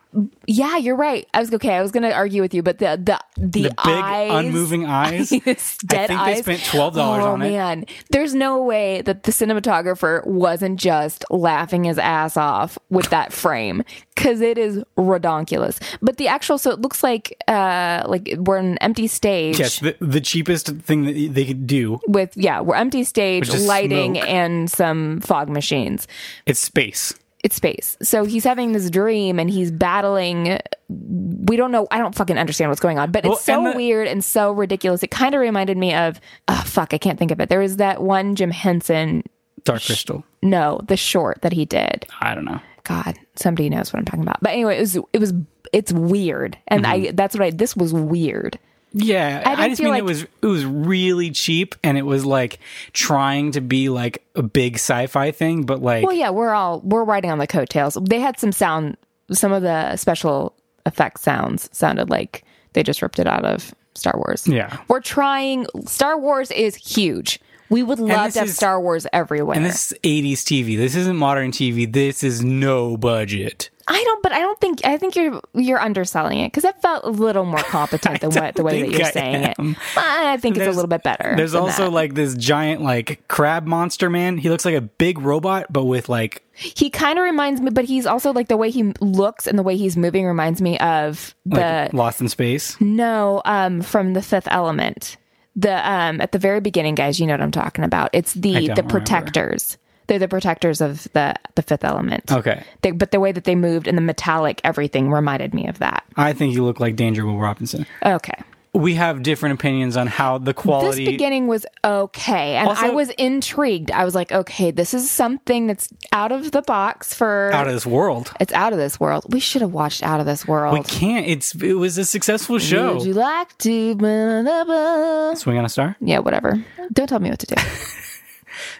[SPEAKER 1] Yeah, you're right. I was okay. I was gonna argue with you, but the the the,
[SPEAKER 2] The big
[SPEAKER 1] eyes,
[SPEAKER 2] unmoving eyes.
[SPEAKER 1] dead
[SPEAKER 2] I think
[SPEAKER 1] eyes.
[SPEAKER 2] they spent twelve dollars
[SPEAKER 1] oh,
[SPEAKER 2] on it.
[SPEAKER 1] man, there's no way that the cinematographer wasn't just laughing his ass off with that frame because it is redonkulous. But the actual, so it looks like uh like we're in an empty stage.
[SPEAKER 2] Yes, the, the cheapest thing that they could do.
[SPEAKER 1] With yeah, we're empty stage
[SPEAKER 2] Which is
[SPEAKER 1] lighting
[SPEAKER 2] smoke.
[SPEAKER 1] and some fog machines.
[SPEAKER 2] It's space.
[SPEAKER 1] it's space. So he's having this dream and he's battling. We don't know. I don't fucking understand what's going on, but
[SPEAKER 2] Well,
[SPEAKER 1] it's so
[SPEAKER 2] and the-
[SPEAKER 1] weird and so ridiculous. It kind of reminded me of, oh, fuck, I can't think of it. There was that one Jim Henson,
[SPEAKER 2] Dark Crystal.
[SPEAKER 1] no, the short that he did.
[SPEAKER 2] I don't know.
[SPEAKER 1] God, somebody knows what I'm talking about. But anyway, it was, it was, it's weird. And
[SPEAKER 2] Mm-hmm.
[SPEAKER 1] I, that's what I, this was weird.
[SPEAKER 2] Yeah, I,
[SPEAKER 1] didn't
[SPEAKER 2] just
[SPEAKER 1] feel
[SPEAKER 2] mean
[SPEAKER 1] like-
[SPEAKER 2] it was it was really cheap, and it was like trying to be like a big sci-fi thing, but like
[SPEAKER 1] Well, yeah, we're all, we're riding on the coattails. They had some sound, some of the special effect sounds sounded like they just ripped it out of Star Wars.
[SPEAKER 2] yeah.
[SPEAKER 1] We're trying. Star Wars is huge. We would love
[SPEAKER 2] this
[SPEAKER 1] to have
[SPEAKER 2] is-
[SPEAKER 1] Star Wars everywhere.
[SPEAKER 2] And this is 80s TV. This isn't modern TV. This is no budget.
[SPEAKER 1] I don't, but I don't think. I think you're you're underselling it because it felt a little more competent than what the way that
[SPEAKER 2] think
[SPEAKER 1] you're
[SPEAKER 2] I
[SPEAKER 1] saying it.
[SPEAKER 2] am.
[SPEAKER 1] But I think it's
[SPEAKER 2] There's-
[SPEAKER 1] a little bit better.
[SPEAKER 2] There's
[SPEAKER 1] than
[SPEAKER 2] also
[SPEAKER 1] that.
[SPEAKER 2] like this giant like crab monster man. He looks like a big robot, but with like
[SPEAKER 1] he kind of reminds me, but he's also like the way he looks and the way he's moving reminds me of the
[SPEAKER 2] like Lost in Space.
[SPEAKER 1] No, um, from the Fifth Element. The um, at the very beginning, guys, you know what I'm talking about. It's the
[SPEAKER 2] don't
[SPEAKER 1] the
[SPEAKER 2] remember.
[SPEAKER 1] protectors. They're the protectors of the the fifth element.
[SPEAKER 2] Okay.
[SPEAKER 1] They, but the way that they moved and the metallic everything reminded me of that.
[SPEAKER 2] I think you look like Danger Will Robinson.
[SPEAKER 1] Okay.
[SPEAKER 2] We have different opinions on how the
[SPEAKER 1] This
[SPEAKER 2] quality.
[SPEAKER 1] beginning was okay, and
[SPEAKER 2] Also-
[SPEAKER 1] I was intrigued. I was like, okay, this is something that's out of the box for
[SPEAKER 2] out of this world.
[SPEAKER 1] it's out of this world. We should have watched Out of This
[SPEAKER 2] We
[SPEAKER 1] World.
[SPEAKER 2] can't. It's it was a successful
[SPEAKER 1] Would
[SPEAKER 2] show.
[SPEAKER 1] you like to? blah, blah, blah?
[SPEAKER 2] Swing on a star.
[SPEAKER 1] Yeah, whatever. Don't tell me what to do.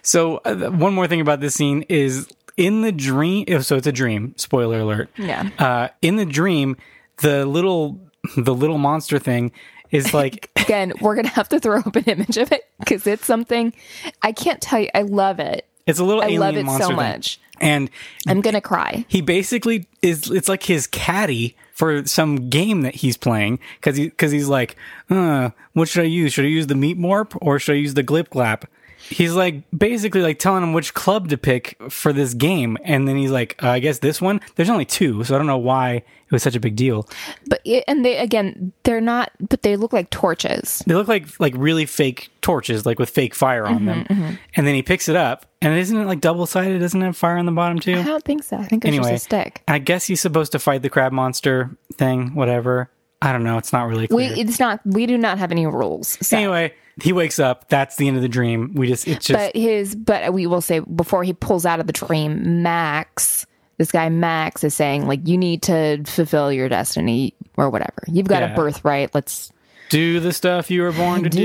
[SPEAKER 2] So uh, one more thing about this scene is in the dream. oh, So it's a dream. Spoiler alert.
[SPEAKER 1] Yeah.
[SPEAKER 2] Uh, in the dream, the little the little monster thing is like
[SPEAKER 1] Again, we're gonna have to throw up an image of it because it's something I can't tell you. I love it.
[SPEAKER 2] it's a little
[SPEAKER 1] I
[SPEAKER 2] alien
[SPEAKER 1] love it so
[SPEAKER 2] monster thing.
[SPEAKER 1] much.
[SPEAKER 2] and
[SPEAKER 1] I'm gonna cry.
[SPEAKER 2] he basically is it's like his caddy for some game that he's playing because he, cause he's like uh, what should i use should i use the meat morp or should i use the glip glap he's like basically like telling him which club to pick for this game and then he's like uh, i guess this one there's only two so i don't know why it was such a big deal
[SPEAKER 1] But it, and they again, they're not. But they look like torches.
[SPEAKER 2] they look like like really fake torches like with fake fire
[SPEAKER 1] Mm-hmm,
[SPEAKER 2] on them and then he picks it up and isn't it like double-sided doesn't it have fire on the bottom too
[SPEAKER 1] I don't think so. I think it's
[SPEAKER 2] anyway,
[SPEAKER 1] just a stick.
[SPEAKER 2] I guess he's supposed to fight the crab monster thing, whatever. I don't know. It's not really
[SPEAKER 1] We
[SPEAKER 2] clear.
[SPEAKER 1] it's not. We do not have any rules. So.
[SPEAKER 2] anyway, he wakes up. That's the end of the dream. We just, it's just,
[SPEAKER 1] but his but we will say before he pulls out of the dream max this guy max is saying like you need to fulfill your destiny or whatever you've got
[SPEAKER 2] Yeah.
[SPEAKER 1] a birthright let's
[SPEAKER 2] do the stuff you were born to do.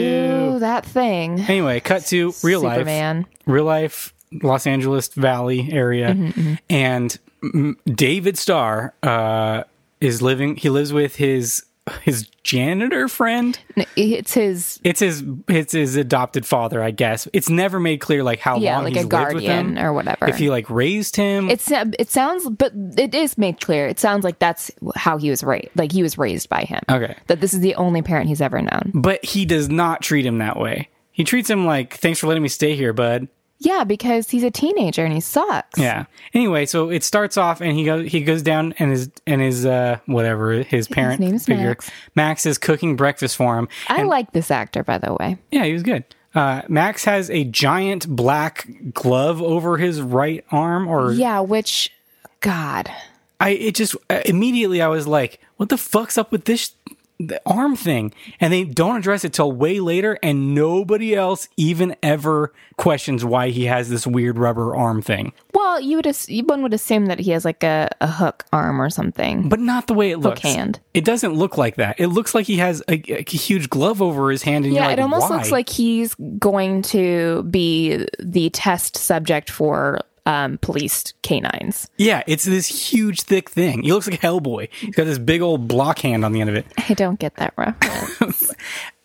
[SPEAKER 1] do that thing
[SPEAKER 2] Anyway, cut to real
[SPEAKER 1] Superman.
[SPEAKER 2] life. Real life, Los Angeles Valley area.
[SPEAKER 1] Mm-hmm,
[SPEAKER 2] And mm, David Starr uh, is living, he lives with his. His janitor friend.
[SPEAKER 1] N- it's his
[SPEAKER 2] It's his. It's his adopted father, I guess. It's never made clear like how
[SPEAKER 1] yeah
[SPEAKER 2] long
[SPEAKER 1] like
[SPEAKER 2] he's
[SPEAKER 1] a
[SPEAKER 2] lived with him.
[SPEAKER 1] guardian or whatever
[SPEAKER 2] if he like raised him
[SPEAKER 1] it's it sounds but it is made clear it sounds like that's how he was raised like he was raised by him
[SPEAKER 2] Okay.
[SPEAKER 1] that this is the only parent he's ever known
[SPEAKER 2] but he does not treat him that way he treats him like thanks for letting me stay here bud
[SPEAKER 1] yeah because he's a teenager and he sucks
[SPEAKER 2] yeah anyway so it starts off and he goes he goes down and his and his uh whatever his parent
[SPEAKER 1] name is
[SPEAKER 2] figure
[SPEAKER 1] Max.
[SPEAKER 2] max is cooking breakfast for him
[SPEAKER 1] i like this actor by the way
[SPEAKER 2] yeah he was good uh, Max has a giant black glove over his right arm, or
[SPEAKER 1] yeah which god
[SPEAKER 2] I it just uh, immediately I was like, what the fuck's up with this the arm thing? And they don't address it till way later, and nobody else even ever questions why he has this weird rubber arm thing,
[SPEAKER 1] Well, you would ass- one would assume that he has like a, a hook arm or something.
[SPEAKER 2] but not the way it looks.
[SPEAKER 1] hand.
[SPEAKER 2] It doesn't look like that. It looks like he has a, a huge glove over his hand, and
[SPEAKER 1] yeah,
[SPEAKER 2] you're like,
[SPEAKER 1] it almost
[SPEAKER 2] why?
[SPEAKER 1] looks like he's going to be the test subject for um, policed canines.
[SPEAKER 2] yeah, it's this huge thick thing. He looks like Hellboy. He's got this big old block hand on the end of it.
[SPEAKER 1] I don't get that reference.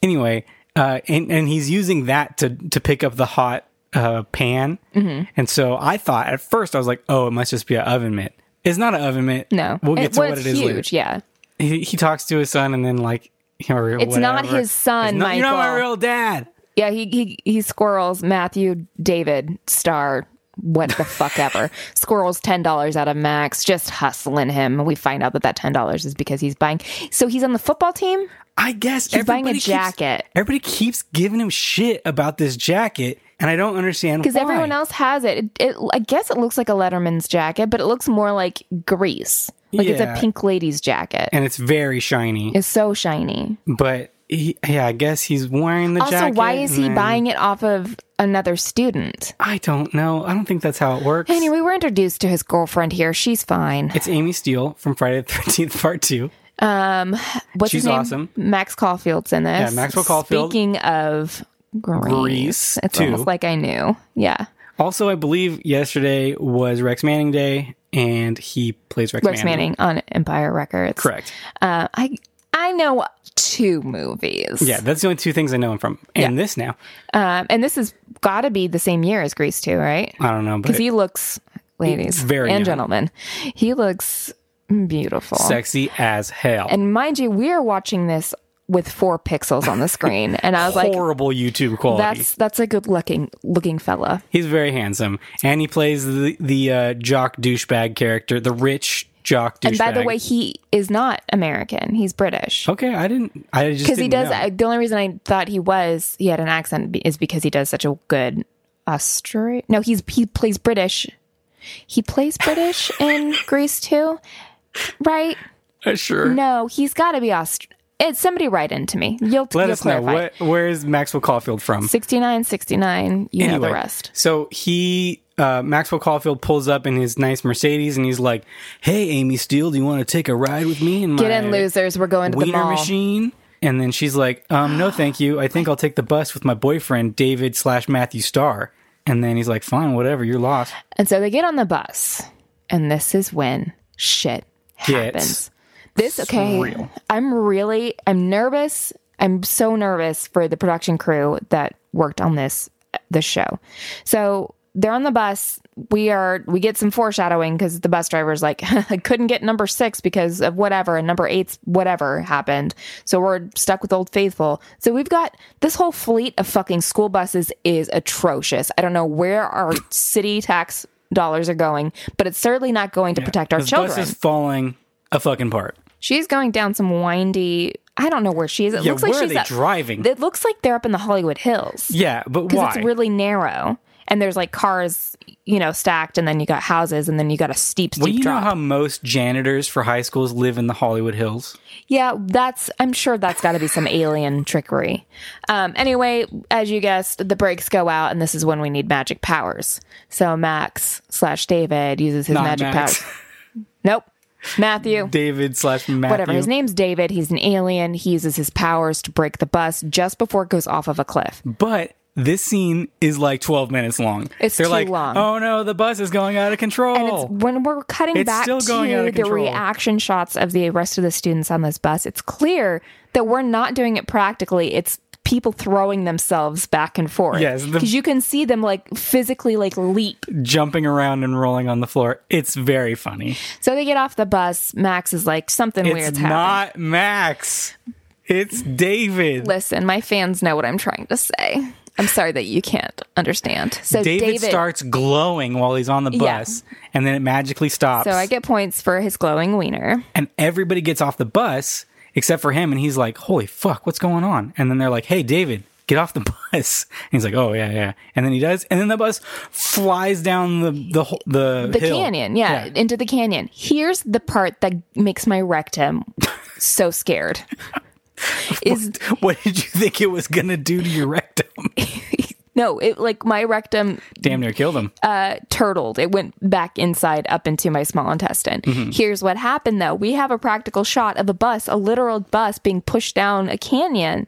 [SPEAKER 2] anyway, uh, and and he's using that to to pick up the hot uh, pan.
[SPEAKER 1] Mm-hmm.
[SPEAKER 2] And so I thought at first I was like, oh, it must just be an oven mitt. It's not an oven mitt.
[SPEAKER 1] No,
[SPEAKER 2] we'll get to
[SPEAKER 1] well,
[SPEAKER 2] what it
[SPEAKER 1] it's
[SPEAKER 2] is
[SPEAKER 1] huge.
[SPEAKER 2] later.
[SPEAKER 1] Yeah,
[SPEAKER 2] He, he talks to his son, and then like, or
[SPEAKER 1] It's not
[SPEAKER 2] whatever.
[SPEAKER 1] his son,
[SPEAKER 2] It's not- You're not my
[SPEAKER 1] Michael.
[SPEAKER 2] real dad.
[SPEAKER 1] yeah. He he he squirrels Matthew David Star. What the fuck ever? Squirrels ten dollars out of Max, just hustling him. We find out that that ten dollars is because he's buying. So he's on the football team.
[SPEAKER 2] I guess
[SPEAKER 1] He's buying a
[SPEAKER 2] everybody keeps-
[SPEAKER 1] jacket.
[SPEAKER 2] everybody keeps giving him shit about this jacket, and I don't understand
[SPEAKER 1] because
[SPEAKER 2] why.
[SPEAKER 1] everyone else has it. It, it. I guess it looks like a Letterman's jacket, but it looks more like grease. Like it's
[SPEAKER 2] Yeah.
[SPEAKER 1] a pink lady's jacket.
[SPEAKER 2] and it's very shiny,
[SPEAKER 1] it's so shiny.
[SPEAKER 2] but he, yeah, I guess he's wearing the
[SPEAKER 1] Also,
[SPEAKER 2] jacket.
[SPEAKER 1] why is
[SPEAKER 2] and
[SPEAKER 1] he
[SPEAKER 2] then-
[SPEAKER 1] buying it off of another student?
[SPEAKER 2] I don't know. I don't think that's how it works.
[SPEAKER 1] Anyway, we're introduced to his girlfriend here. She's fine.
[SPEAKER 2] It's Amy Steele from Friday the 13th, part two.
[SPEAKER 1] What's
[SPEAKER 2] she's
[SPEAKER 1] his name?
[SPEAKER 2] awesome.
[SPEAKER 1] Max Caulfield's in this.
[SPEAKER 2] Yeah, Maxwell Caulfield.
[SPEAKER 1] Speaking of grease,
[SPEAKER 2] Grease,
[SPEAKER 1] it's
[SPEAKER 2] too.
[SPEAKER 1] almost like I knew. Yeah,
[SPEAKER 2] Also, I believe yesterday was Rex Manning Day, and he plays Rex,
[SPEAKER 1] Rex Manning on Empire Records.
[SPEAKER 2] Correct.
[SPEAKER 1] Uh, I I know two movies.
[SPEAKER 2] Yeah, that's the only two things I know him from. And
[SPEAKER 1] Yeah.
[SPEAKER 2] this now.
[SPEAKER 1] Um, and this has got to be the same year as Grease too, right?
[SPEAKER 2] I don't know, but
[SPEAKER 1] Because he looks, ladies
[SPEAKER 2] Uh, very
[SPEAKER 1] and
[SPEAKER 2] young.
[SPEAKER 1] gentlemen, he looks beautiful.
[SPEAKER 2] sexy as hell.
[SPEAKER 1] And mind you, we are watching this with four pixels on the screen, and I was like,
[SPEAKER 2] Horrible YouTube quality.
[SPEAKER 1] "That's that's a good looking looking fella."
[SPEAKER 2] He's very handsome. And he plays the, the uh, jock douchebag character, the rich jock douchebag.
[SPEAKER 1] And by the way, he is not American; he's British.
[SPEAKER 2] okay, I didn't. I just.
[SPEAKER 1] Because he
[SPEAKER 2] didn't
[SPEAKER 1] does. uh,
[SPEAKER 2] know.
[SPEAKER 1] I, the only reason I thought he was he had an accent be- is because he does such a good Australia. No, he's he plays British. He plays British in Greece too, right?
[SPEAKER 2] Uh, sure.
[SPEAKER 1] No, he's got to be Aust. It's somebody write into me. You'll
[SPEAKER 2] Let
[SPEAKER 1] you'll
[SPEAKER 2] us know
[SPEAKER 1] clarify.
[SPEAKER 2] what. Where is Maxwell Caulfield from?
[SPEAKER 1] 69, 69, you know the rest.
[SPEAKER 2] So he, uh, Maxwell Caulfield pulls up in his nice Mercedes and he's like, Hey, Amy Steele, do you want to take a ride with me? In
[SPEAKER 1] Get
[SPEAKER 2] my
[SPEAKER 1] in, losers. We're going to the
[SPEAKER 2] wiener
[SPEAKER 1] mall.
[SPEAKER 2] machine? And then she's like, um, No, thank you. I think I'll take the bus with my boyfriend, David slash Matthew Starr. And then he's like, Fine, whatever, you're lost.
[SPEAKER 1] And so they get on the bus, and this is when shit
[SPEAKER 2] Gets
[SPEAKER 1] happens. This okay? I'm really I'm nervous. I'm so nervous for the production crew that worked on this this show. So they're on the bus. We are we get some foreshadowing because the bus driver's like I couldn't get number six because of whatever and number eight's whatever happened. So we're stuck with Old Faithful. So we've got this whole fleet of fucking school buses is atrocious. I don't know where our city tax dollars are going, but it's certainly not going to protect our
[SPEAKER 2] This
[SPEAKER 1] children.
[SPEAKER 2] bus is falling a fucking part.
[SPEAKER 1] She's going down some windy. I don't know where she is. It
[SPEAKER 2] Yeah,
[SPEAKER 1] looks like
[SPEAKER 2] where are
[SPEAKER 1] she's
[SPEAKER 2] they
[SPEAKER 1] up-
[SPEAKER 2] driving?
[SPEAKER 1] It looks like they're up in the Hollywood Hills
[SPEAKER 2] Yeah, but why?
[SPEAKER 1] because it's really narrow and there's like cars, you know, stacked, and then you got houses, and then you got a steep, steep
[SPEAKER 2] well, you
[SPEAKER 1] drop.
[SPEAKER 2] know how most janitors for high schools live in the Hollywood Hills?
[SPEAKER 1] yeah, that's. I'm sure that's got to be some alien trickery. Um, anyway, as you guessed, the brakes go out, and this is when we need magic powers. So Max slash David uses his
[SPEAKER 2] Not
[SPEAKER 1] magic
[SPEAKER 2] Max.
[SPEAKER 1] powers. Nope, Matthew.
[SPEAKER 2] David slash Matthew.
[SPEAKER 1] whatever his name's david he's an alien he uses his powers to break the bus just before it goes off of a cliff
[SPEAKER 2] But this scene is like 12 minutes long.
[SPEAKER 1] It's
[SPEAKER 2] They're
[SPEAKER 1] too
[SPEAKER 2] like,
[SPEAKER 1] long.
[SPEAKER 2] Oh no, the bus is going out of
[SPEAKER 1] and
[SPEAKER 2] control.
[SPEAKER 1] it's when we're cutting
[SPEAKER 2] Oh. It's
[SPEAKER 1] back
[SPEAKER 2] still going out
[SPEAKER 1] to
[SPEAKER 2] of
[SPEAKER 1] the
[SPEAKER 2] control.
[SPEAKER 1] reaction shots of the rest of the students on this bus it's clear that we're not doing it practically it's people throwing themselves back and forth
[SPEAKER 2] Yes, the-
[SPEAKER 1] because you can see them like physically like leap
[SPEAKER 2] Jumping around and rolling on the floor. It's very funny.
[SPEAKER 1] so they get off the bus max is like something
[SPEAKER 2] It's
[SPEAKER 1] weird's happening
[SPEAKER 2] not Max. It's David.
[SPEAKER 1] listen my fans know what i'm trying to say i'm sorry that you can't understand so
[SPEAKER 2] David,
[SPEAKER 1] david
[SPEAKER 2] starts glowing while he's on the
[SPEAKER 1] Yeah.
[SPEAKER 2] bus, and then it magically stops.
[SPEAKER 1] so i get points for his glowing wiener
[SPEAKER 2] and everybody gets off the bus except for him, and he's like, "Holy fuck, what's going on?" And then they're like, "Hey, David, get off the bus." And he's like, "Oh yeah, yeah." And then he does, and then the bus flies down the the ho- the,
[SPEAKER 1] the
[SPEAKER 2] hill.
[SPEAKER 1] canyon yeah, into the canyon here's the part that makes my rectum so scared is
[SPEAKER 2] What did you think it was gonna do to your rectum?
[SPEAKER 1] no it like my rectum
[SPEAKER 2] Damn near killed him.
[SPEAKER 1] uh, turtled it went back inside up into my small intestine here's what happened though we have a practical shot of a bus a literal bus being pushed down a canyon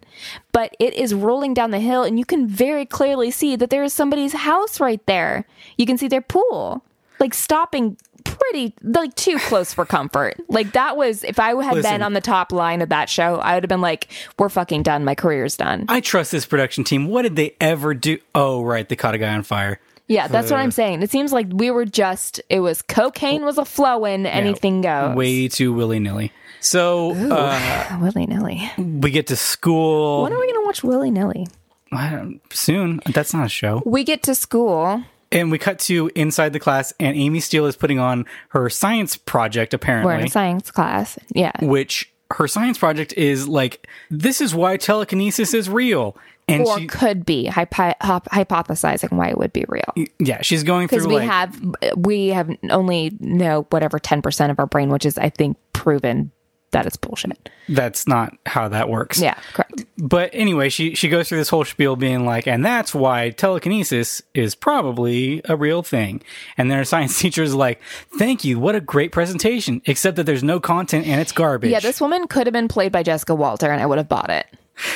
[SPEAKER 1] but it is rolling down the hill and you can very clearly see that there is somebody's house right there you can see their pool like stopping pretty like too close for comfort like that was if i had
[SPEAKER 2] Listen.
[SPEAKER 1] been on the top line of that show i would have been like we're fucking done my career's done
[SPEAKER 2] I trust this production team. What did they ever do? Oh, right, they caught a guy on fire.
[SPEAKER 1] yeah that's what i'm
[SPEAKER 2] Uh,
[SPEAKER 1] saying it seems like we were just it was cocaine was a flowing anything goes
[SPEAKER 2] Way too willy nilly. So uh,
[SPEAKER 1] Oh, Willy nilly.
[SPEAKER 2] we get to school
[SPEAKER 1] When are we going to watch Willy nilly?
[SPEAKER 2] I don't- soon. That's not a show.
[SPEAKER 1] We get to school.
[SPEAKER 2] And we cut to inside the class, and Amy Steele is putting on her science project,
[SPEAKER 1] We're in
[SPEAKER 2] apparently,
[SPEAKER 1] a science class. Yeah.
[SPEAKER 2] which her science project is like, this is why telekinesis is real. And
[SPEAKER 1] Or
[SPEAKER 2] she,
[SPEAKER 1] could be hypo- hop- hypothesizing why it would be real.
[SPEAKER 2] yeah, she's going through
[SPEAKER 1] Because we
[SPEAKER 2] like,
[SPEAKER 1] have, we have only know whatever 10% of our brain, which is, I think, proven that it's bullshit.
[SPEAKER 2] that's not how that works.
[SPEAKER 1] Yeah, correct.
[SPEAKER 2] But anyway, she she goes through this whole spiel being like, and that's why telekinesis is probably a real thing. And then her science teacher is like, thank you, what a great presentation, except that there's no content and it's garbage.
[SPEAKER 1] Yeah, this woman could have been played by Jessica Walter and I would have bought it.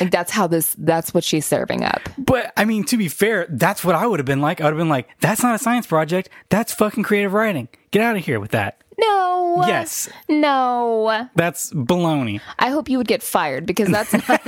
[SPEAKER 1] Like, that's how this, that's what she's serving up.
[SPEAKER 2] But I mean, to be fair, that's what I would have been like. I would have been like, that's not a science project. That's fucking creative writing. Get out of here with that.
[SPEAKER 1] No. uh,
[SPEAKER 2] Yes.
[SPEAKER 1] No.
[SPEAKER 2] That's baloney.
[SPEAKER 1] I hope you would get fired because that's not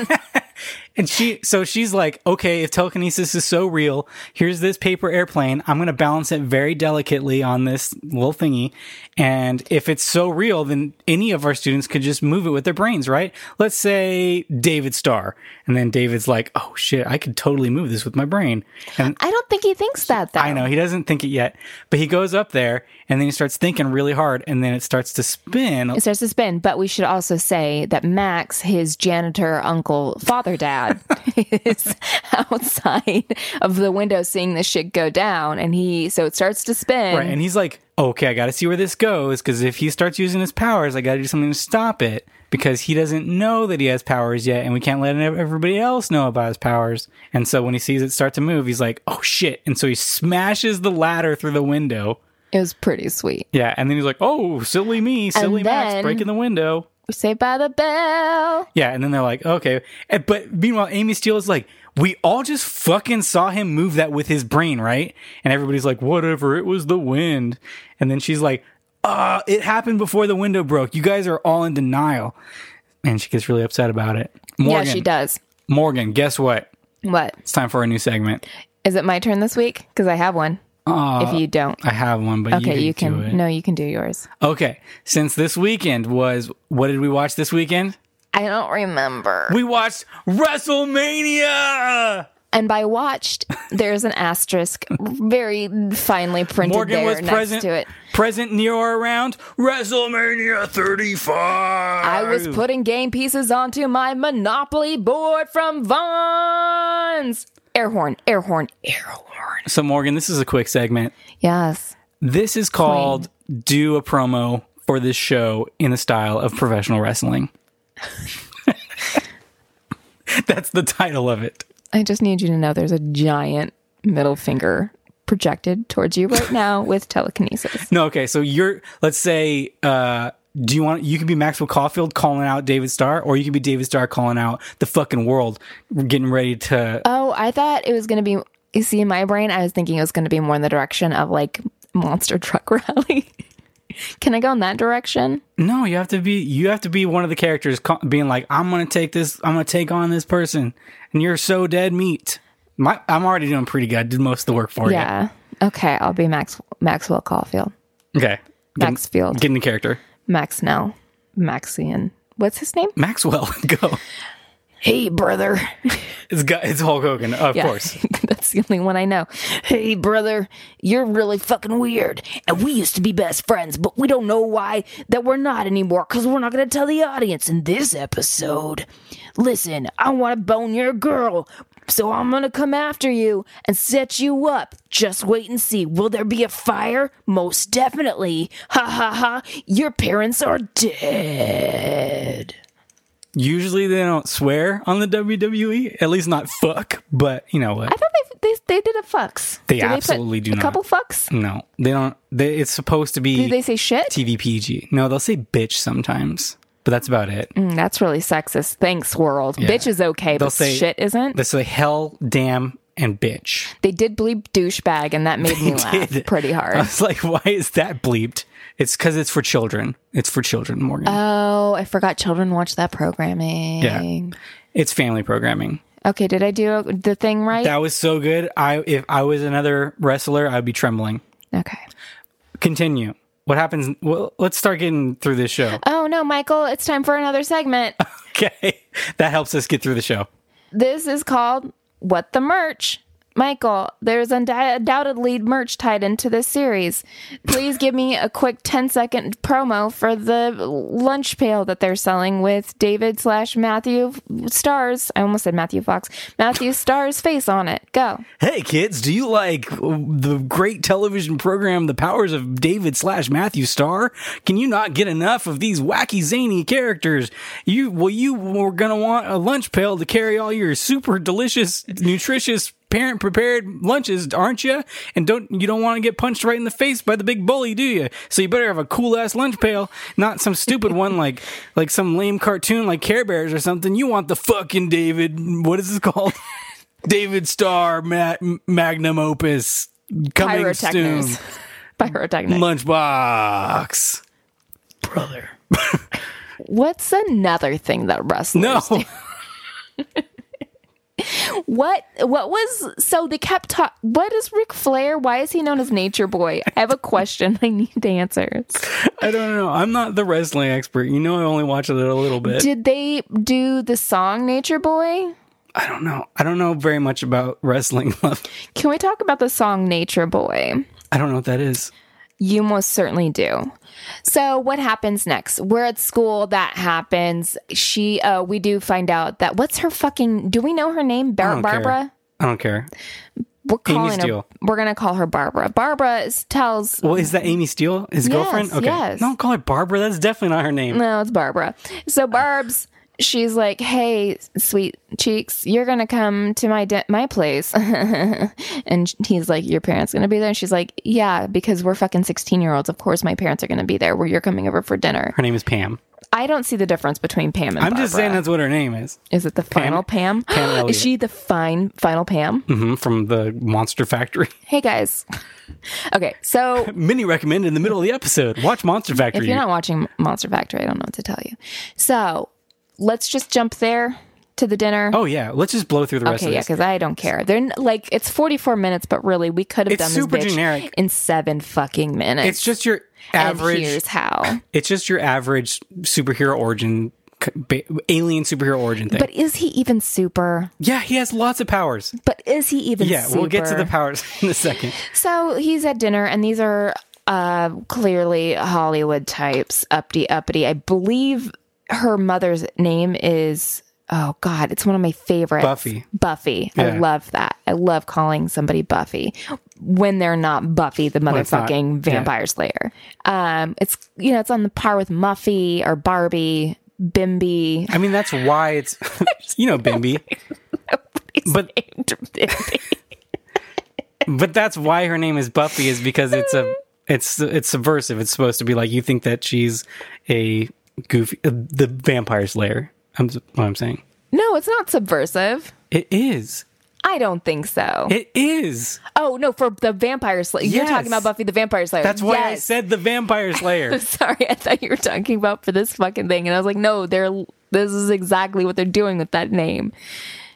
[SPEAKER 2] And she, so she's like, okay, if telekinesis is so real, here's this paper airplane. I'm going to balance it very delicately on this little thingy. And if it's so real, then any of our students could just move it with their brains, right? Let's say David Starr. And then David's like, oh shit, I could totally move this with my brain. And
[SPEAKER 1] I don't think he thinks that though.
[SPEAKER 2] I know he doesn't think it yet, but he goes up there and then he starts thinking really hard, and then it starts to spin.
[SPEAKER 1] It starts to spin, but we should also say that Max, his janitor, uncle, father, dad,
[SPEAKER 3] God.
[SPEAKER 1] is outside of the window seeing this shit go down and he so it starts to spin
[SPEAKER 2] Right. And he's like, okay, I got to see where this goes because if he starts using his powers, I got to do something to stop it because he doesn't know that he has powers yet and we can't let ev- everybody else know about his powers. And so when he sees it start to move, he's like, oh shit. And so he smashes the ladder through the window.
[SPEAKER 1] it was pretty sweet
[SPEAKER 2] Yeah. And then he's like, oh, silly me, silly Max
[SPEAKER 1] then-
[SPEAKER 2] breaking the window.
[SPEAKER 1] we say by the bell
[SPEAKER 2] Yeah, and then they're like, okay. And- But meanwhile, Amy Steele is like, we all just fucking saw him move that with his brain, right? And everybody's like, whatever, it was the wind. And then she's like, uh, it happened before the window broke. You guys are all in denial. And she gets really upset about it. Morgan,
[SPEAKER 1] yeah she does
[SPEAKER 2] Morgan, guess what?
[SPEAKER 1] what
[SPEAKER 2] It's time for a new segment.
[SPEAKER 1] is it my turn this week because i have one if you don't
[SPEAKER 2] I have one, but
[SPEAKER 1] okay
[SPEAKER 2] you
[SPEAKER 1] you
[SPEAKER 2] Uh, can,
[SPEAKER 1] can,
[SPEAKER 2] do it.
[SPEAKER 1] no you can do yours
[SPEAKER 2] Okay, since this weekend was, what did we watch this weekend?
[SPEAKER 1] i don't remember
[SPEAKER 2] We watched WrestleMania!
[SPEAKER 1] and by watched there's an asterisk very finely printed
[SPEAKER 2] Morgan
[SPEAKER 1] there
[SPEAKER 2] was
[SPEAKER 1] next
[SPEAKER 2] present.
[SPEAKER 1] to it
[SPEAKER 2] Present near or around WrestleMania 35.
[SPEAKER 1] I was putting game pieces onto my Monopoly board from Vaughn's. Air horn, air horn, air horn.
[SPEAKER 2] So Morgan, this is a quick segment.
[SPEAKER 1] Yes.
[SPEAKER 2] This is called "Do a promo for this show in the style of professional wrestling." That's the title of it.
[SPEAKER 1] I just need you to know there's a giant middle finger projected towards you right now with telekinesis.
[SPEAKER 2] No, okay. So you're let's say uh do you want you could be Maxwell Caulfield calling out David Starr or you could be David Starr calling out the fucking world getting ready to
[SPEAKER 1] Oh, I thought it was going to be. You see, in my brain, I was thinking it was going to be more in the direction of like monster truck rally. Can I go in that direction?
[SPEAKER 2] No, you have to be you have to be one of the characters co- being like, I'm gonna take this, I'm gonna take on this person, and you're so dead meat. My, I'm already doing pretty good. I did most of the work for
[SPEAKER 1] Yeah. Okay, I'll be Max Maxwell Caulfield.
[SPEAKER 2] you. Okay, Get-
[SPEAKER 1] Maxfield.
[SPEAKER 2] get in the character.
[SPEAKER 1] Max Snell. Maxian. What's his name?
[SPEAKER 2] Maxwell, go.
[SPEAKER 1] Hey, brother.
[SPEAKER 2] It's got, it's Hulk Hogan, of
[SPEAKER 1] Yeah.
[SPEAKER 2] course.
[SPEAKER 1] That's the only one I know. Hey, brother, you're really fucking weird. And we used to be best friends, but we don't know why that we're not anymore because we're not going to tell the audience in this episode. Listen, I want to bone your girl, so I'm going to come after you and set you up. Just wait and see. Will there be a fire? Most definitely. Ha ha ha. Your parents are dead.
[SPEAKER 2] Usually they don't swear on the WWE, at least not fuck. But you know what?
[SPEAKER 1] I thought they, they, they did a fucks.
[SPEAKER 2] They absolutely do
[SPEAKER 1] a
[SPEAKER 2] not.
[SPEAKER 1] couple fucks?
[SPEAKER 2] No, they don't. They, it's supposed to
[SPEAKER 1] Do
[SPEAKER 2] be
[SPEAKER 1] they say shit?
[SPEAKER 2] TVPG. No, they'll say bitch sometimes, but that's about it.
[SPEAKER 1] Mm, that's really sexist. Thanks, world. Bitch is okay,
[SPEAKER 2] They'll
[SPEAKER 1] but
[SPEAKER 2] say-
[SPEAKER 1] shit isn't.
[SPEAKER 2] They say hell, damn, and bitch.
[SPEAKER 1] they did bleep douchebag, and that made me laugh
[SPEAKER 2] did.
[SPEAKER 1] pretty
[SPEAKER 2] I
[SPEAKER 1] hard.
[SPEAKER 2] was like, why is that bleeped? It's because it's for children. It's for children, Morgan.
[SPEAKER 1] oh, I forgot children watch that programming.
[SPEAKER 2] Yeah. it's family programming.
[SPEAKER 1] Okay, did I do the thing right?
[SPEAKER 2] That was so good. I if I was another wrestler, I'd be trembling.
[SPEAKER 1] okay.
[SPEAKER 2] Continue. What happens? Well, let's start getting through this show.
[SPEAKER 1] Oh no, Michael, it's time for another segment.
[SPEAKER 2] Okay, that helps us get through the show.
[SPEAKER 1] this is called What the Merch. Michael, there's undi- undoubtedly merch tied into this series. Please give me a quick 10 second promo for the lunch pail that they're selling with David slash Matthew Stars. I almost said Matthew Fox. Matthew Stars face on it. Go.
[SPEAKER 2] Hey kids, do you like uh, the great television program The Powers of David slash Matthew Starr? Can you not get enough of these wacky zany characters? You well you were gonna want a lunch pail to carry all your super delicious, nutritious, parent prepared lunches, aren't you? And don't you don't want to get punched right in the face by the big bully, do you? So you better have a cool ass lunch pail, not some stupid one like like some lame cartoon like Care Bears or something. You want the fucking David what is this called? David Starr Matt Magnum Opus coming soon.
[SPEAKER 1] Pyrotechnics. Pyrotechnics.
[SPEAKER 2] Lunchbox, brother.
[SPEAKER 1] What's another thing that wrestlers
[SPEAKER 2] No,
[SPEAKER 1] do? What what was so they kept ta- what is Ric Flair? Why is he known as Nature Boy? I have a question I need answers.
[SPEAKER 2] I don't know. I'm not the wrestling expert. You know, I only watch it a little bit.
[SPEAKER 1] Did they do the song Nature Boy?
[SPEAKER 2] I don't know. I don't know very much about wrestling.
[SPEAKER 1] Can we talk about the song Nature Boy?
[SPEAKER 2] I don't know what that is.
[SPEAKER 1] You most certainly do. So what happens next? We're at school. That happens. She, uh, we do find out that what's her fucking? Do we know her name?
[SPEAKER 2] I
[SPEAKER 1] Bar-
[SPEAKER 2] don't care.
[SPEAKER 1] Barbara.
[SPEAKER 2] I don't care.
[SPEAKER 1] We're
[SPEAKER 2] Amy's
[SPEAKER 1] calling her.
[SPEAKER 2] deal.
[SPEAKER 1] We're gonna call her Barbara. Barbara is, tells.
[SPEAKER 2] Well, is that Amy Steele, his
[SPEAKER 1] Yes,
[SPEAKER 2] girlfriend? Okay.
[SPEAKER 1] yes.
[SPEAKER 2] Don't call her Barbara. That's definitely not her name.
[SPEAKER 1] No, it's Barbara. So Barb's. She's like, "Hey, sweet cheeks, you're gonna come to my de- my place," and he's like, "Your parents gonna be there?" And she's like, "Yeah, because we're fucking sixteen year olds. Of course, my parents are gonna be there. Where you're coming over for dinner."
[SPEAKER 2] Her name is Pam.
[SPEAKER 1] I don't see the difference between Pam and
[SPEAKER 2] I'm just
[SPEAKER 1] Barbara.
[SPEAKER 2] saying that's what her name is.
[SPEAKER 1] Is it the final Pam?
[SPEAKER 2] Pam Elliott.
[SPEAKER 1] Is she the fine final Pam?
[SPEAKER 2] hmm from the Monster Factory.
[SPEAKER 1] Hey guys. Okay, so
[SPEAKER 2] Mini recommended in the middle of the episode. Watch Monster
[SPEAKER 1] if
[SPEAKER 2] Factory.
[SPEAKER 1] you're not watching Monster Factory, I don't know what to tell you. So let's just jump there to the dinner.
[SPEAKER 2] oh yeah, let's just blow through the rest
[SPEAKER 1] okay, yeah,
[SPEAKER 2] of this.
[SPEAKER 1] because I don't care. They're n- like it's 44 minutes, but really we could have
[SPEAKER 2] It's
[SPEAKER 1] done
[SPEAKER 2] super
[SPEAKER 1] this bitch
[SPEAKER 2] generic.
[SPEAKER 1] in seven fucking minutes.
[SPEAKER 2] it's just your
[SPEAKER 1] and
[SPEAKER 2] average.
[SPEAKER 1] Here's how.
[SPEAKER 2] It's just your average superhero origin, c- ba- alien superhero origin thing.
[SPEAKER 1] But is he even super?
[SPEAKER 2] yeah, he has lots of powers.
[SPEAKER 1] But is he even?
[SPEAKER 2] Yeah, we'll get to
[SPEAKER 1] super?
[SPEAKER 2] the powers in a second.
[SPEAKER 1] So he's at dinner, and these are uh, clearly Hollywood types, uppity uppity. I believe her mother's name is. Oh God, it's one of my favorites.
[SPEAKER 2] Buffy.
[SPEAKER 1] Buffy. I
[SPEAKER 2] Yeah.
[SPEAKER 1] love that. I love calling somebody Buffy when they're not Buffy the
[SPEAKER 2] it's not.
[SPEAKER 1] motherfucking
[SPEAKER 2] Yeah.
[SPEAKER 1] vampire slayer. Um, it's you know it's on the par with Muffy or Barbie, Bimby.
[SPEAKER 2] I mean, that's why it's you know Bimby, but but that's why her name is Buffy is because it's a it's it's subversive. It's supposed to be like you think that she's a goofy uh, the vampire slayer. I'm s- what I'm saying.
[SPEAKER 1] No, it's not subversive.
[SPEAKER 2] It is.
[SPEAKER 1] I don't think so.
[SPEAKER 2] It is.
[SPEAKER 1] Oh no, for the Vampire Slayer. You're
[SPEAKER 2] Yes.
[SPEAKER 1] talking about Buffy the Vampire Slayer.
[SPEAKER 2] That's why I
[SPEAKER 1] Yes.
[SPEAKER 2] said the vampire slayer.
[SPEAKER 1] Sorry, I thought you were talking about for this fucking thing, and I was like, no, they're. This is exactly what they're doing with that name.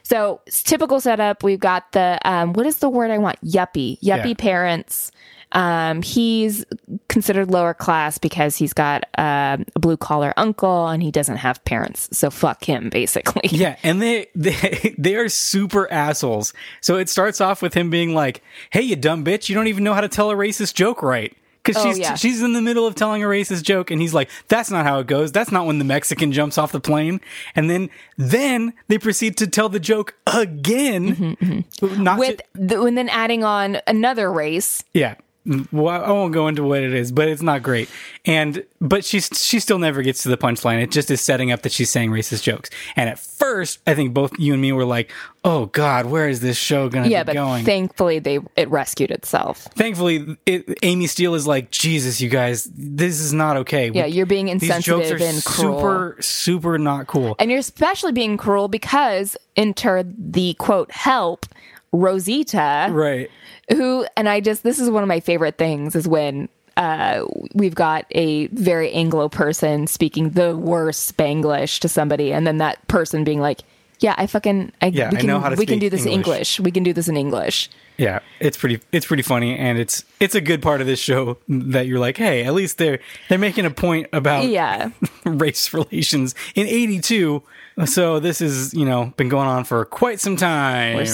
[SPEAKER 1] So it's typical setup. We've got the um, what is the word I want? Yuppie, yuppie
[SPEAKER 2] Yeah.
[SPEAKER 1] parents. Um, he's considered lower class because he's got um, a blue collar uncle and he doesn't have parents. So fuck him, basically.
[SPEAKER 2] Yeah, and they, they they are super assholes. So it starts off with him being like, "Hey, you dumb bitch, you don't even know how to tell a racist joke right." Because
[SPEAKER 1] Oh,
[SPEAKER 2] she's
[SPEAKER 1] yeah.
[SPEAKER 2] she's in the middle of telling a racist joke, and he's like, "That's not how it goes. That's not when the Mexican jumps off the plane." And then then they proceed to tell the joke again, not to-
[SPEAKER 1] Mm-hmm, With the, and then adding on another race.
[SPEAKER 2] yeah. Mm, Well, I won't go into what it is, but it's not great. And but she's she still never gets to the punchline. It just is setting up that she's saying racist jokes. And at first, I think both you and me were like, "Oh God, where is this show going to
[SPEAKER 1] Yeah,
[SPEAKER 2] be
[SPEAKER 1] but
[SPEAKER 2] going?"
[SPEAKER 1] thankfully they it rescued itself.
[SPEAKER 2] Thankfully, it, Amy Steele is like, "Jesus, you guys, this is not okay."
[SPEAKER 1] Yeah, you're being
[SPEAKER 2] These jokes are
[SPEAKER 1] insensitive and cruel.
[SPEAKER 2] super, super not cool.
[SPEAKER 1] And you're especially being cruel because enter the quote help Rosita,
[SPEAKER 2] right?
[SPEAKER 1] who and I just this is one of my favorite things is when uh, we've got a very Anglo person speaking the worst Spanglish to somebody, and then that person being like, "Yeah, I fucking I,
[SPEAKER 2] Yeah,
[SPEAKER 1] we
[SPEAKER 2] I
[SPEAKER 1] can,
[SPEAKER 2] know how to
[SPEAKER 1] we can
[SPEAKER 2] speak
[SPEAKER 1] do this in
[SPEAKER 2] English."
[SPEAKER 1] English. We can do this in English."
[SPEAKER 2] Yeah, it's pretty, it's pretty funny, and it's it's a good part of this show that you're like, "Hey, at least they're they're making a point about
[SPEAKER 1] Yeah,
[SPEAKER 2] race relations in 82. So this is, you know, been going on for quite some time.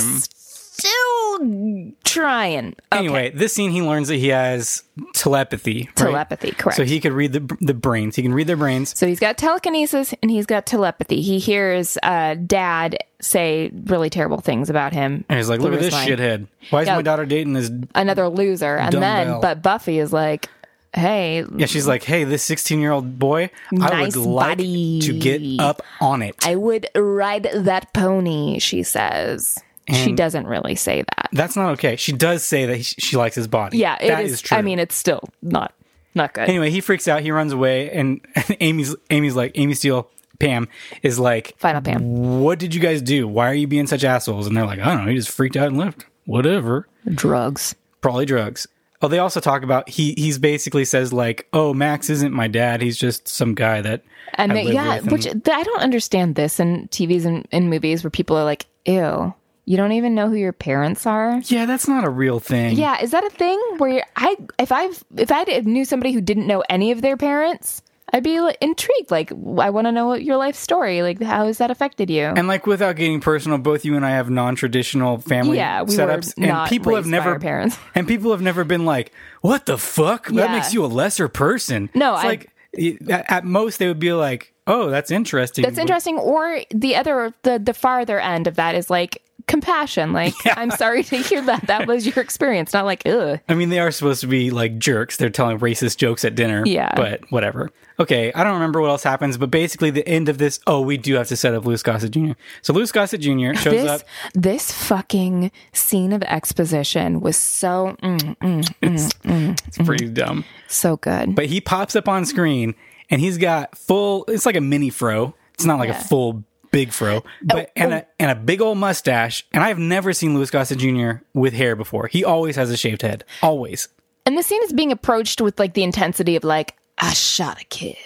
[SPEAKER 1] still trying. Okay.
[SPEAKER 2] Anyway, this scene he learns that he has telepathy. right?
[SPEAKER 1] Telepathy, correct.
[SPEAKER 2] So he could read the the brains. He can read their brains.
[SPEAKER 1] So he's got telekinesis and he's got telepathy. He hears uh, dad say really terrible things about him.
[SPEAKER 2] And he's like, look at
[SPEAKER 1] through
[SPEAKER 2] this
[SPEAKER 1] his line.
[SPEAKER 2] shithead. Why is
[SPEAKER 1] Yeah.
[SPEAKER 2] my daughter dating this?
[SPEAKER 1] Another loser. And then,
[SPEAKER 2] Dumbbell.
[SPEAKER 1] but Buffy is like, hey,
[SPEAKER 2] Yeah, she's like, hey, this 16 year old boy, I
[SPEAKER 1] Nice
[SPEAKER 2] would like
[SPEAKER 1] body.
[SPEAKER 2] to get up on it.
[SPEAKER 1] I would ride that pony, she says. she doesn't really say that.
[SPEAKER 2] That's not okay. She does say that he- she likes his body.
[SPEAKER 1] Yeah, it
[SPEAKER 2] That
[SPEAKER 1] is.
[SPEAKER 2] true.
[SPEAKER 1] I mean, it's still not not good.
[SPEAKER 2] anyway, he freaks out. He runs away, and, and Amy's Amy's like Amy Steele. Pam is like,
[SPEAKER 1] Final Pam.
[SPEAKER 2] what did you guys do? Why are you being such assholes? And they're like, I don't know. He just freaked out and left. Whatever.
[SPEAKER 1] Drugs.
[SPEAKER 2] Probably drugs. Oh, they also talk about he. He's basically says like, oh, Max isn't my dad. He's just some guy that.
[SPEAKER 1] And
[SPEAKER 2] I
[SPEAKER 1] they,
[SPEAKER 2] live
[SPEAKER 1] yeah,
[SPEAKER 2] with and-
[SPEAKER 1] which th- I don't understand this in TVs and in movies where people are like, ew, you don't even know who your parents are.
[SPEAKER 2] yeah, that's not a real thing.
[SPEAKER 1] Yeah, is that a thing where you're, I if I if I did- knew somebody who didn't know any of their parents, I'd be like, intrigued. Like, I want to know what your life story. Like, how has that affected you?
[SPEAKER 2] And like without getting personal, both you and I have non-traditional family
[SPEAKER 1] Yeah, we were
[SPEAKER 2] setups, and
[SPEAKER 1] not
[SPEAKER 2] people have
[SPEAKER 1] raised by
[SPEAKER 2] never
[SPEAKER 1] our parents.
[SPEAKER 2] and people have never been like, "What the fuck? That
[SPEAKER 1] Yeah.
[SPEAKER 2] makes you a lesser person."
[SPEAKER 1] No,
[SPEAKER 2] it's
[SPEAKER 1] I-
[SPEAKER 2] like it- at at most they would be like, "Oh, that's interesting."
[SPEAKER 1] That's interesting. Or the other, the the farther end of that is like compassion. Like, I'm sorry to hear that. That was your experience. Not like, ugh.
[SPEAKER 2] I mean, they are supposed to be like jerks. They're telling racist jokes at dinner.
[SPEAKER 1] Yeah.
[SPEAKER 2] But whatever. Okay. I don't remember what else happens, but basically the end of this. Oh, we do have to set up Louis Gossett Jr. So Louis Gossett Jr. shows
[SPEAKER 1] This
[SPEAKER 2] up.
[SPEAKER 1] this fucking scene of exposition was so mm, mm,
[SPEAKER 2] It's pretty dumb.
[SPEAKER 1] so good.
[SPEAKER 2] But he pops up on screen and he's got full, it's like a mini fro. It's not like a full big
[SPEAKER 1] Oh,
[SPEAKER 2] fro, but and, A, and a big old mustache. And I've never seen Louis Gossett Jr. with hair before. He always has a shaved head. Always.
[SPEAKER 1] and the scene is being approached with like the intensity of like I shot a kid.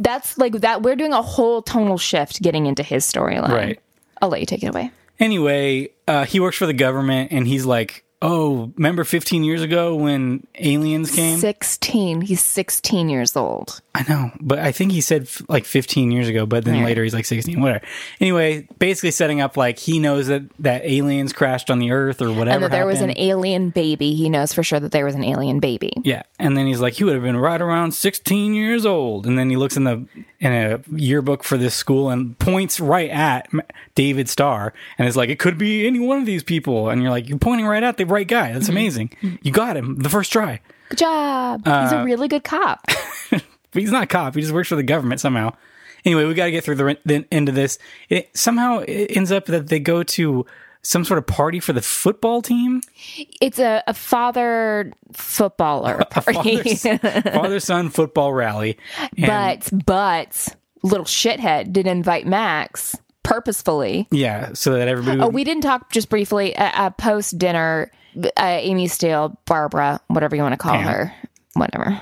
[SPEAKER 1] That's like that. We're doing a whole tonal shift getting into his storyline.
[SPEAKER 2] Right.
[SPEAKER 1] I'll let you take it away.
[SPEAKER 2] Anyway, uh, he works for the government and he's like, oh, remember 15 years ago when aliens came?
[SPEAKER 1] 16. He's 16 years old.
[SPEAKER 2] I know, but I think he said f- like 15 years ago, but then later he's like 16, whatever. Anyway, basically setting up like he knows that, that aliens crashed on the earth or whatever.
[SPEAKER 1] And that there was an
[SPEAKER 2] happened.
[SPEAKER 1] alien baby. He knows for sure that there was an alien baby.
[SPEAKER 2] Yeah, and then he's like, he would have been right around sixteen years old. And then he looks in the in a yearbook for this school and points right at M- David Starr, and is like, it could be any one of these people. And you're like, you're pointing right at the right guy. That's
[SPEAKER 1] Mm-hmm.
[SPEAKER 2] amazing. You got him the first try.
[SPEAKER 1] Good job.
[SPEAKER 2] Uh,
[SPEAKER 1] He's a really good cop.
[SPEAKER 2] But he's not a cop. He just works for the government somehow. Anyway, we got to get through the, re- the end of this. It, somehow it ends up that they go to some sort of party for the football team.
[SPEAKER 1] It's a, a father footballer party.
[SPEAKER 2] Father son football rally. And-
[SPEAKER 1] but, but little shithead did invite Max purposefully.
[SPEAKER 2] yeah, so that everybody.
[SPEAKER 1] Oh,
[SPEAKER 2] would-
[SPEAKER 1] we didn't talk just briefly uh, uh, post dinner. Uh, Amy Steele, Barbara, whatever you want to call
[SPEAKER 2] Pam.
[SPEAKER 1] her, whatever.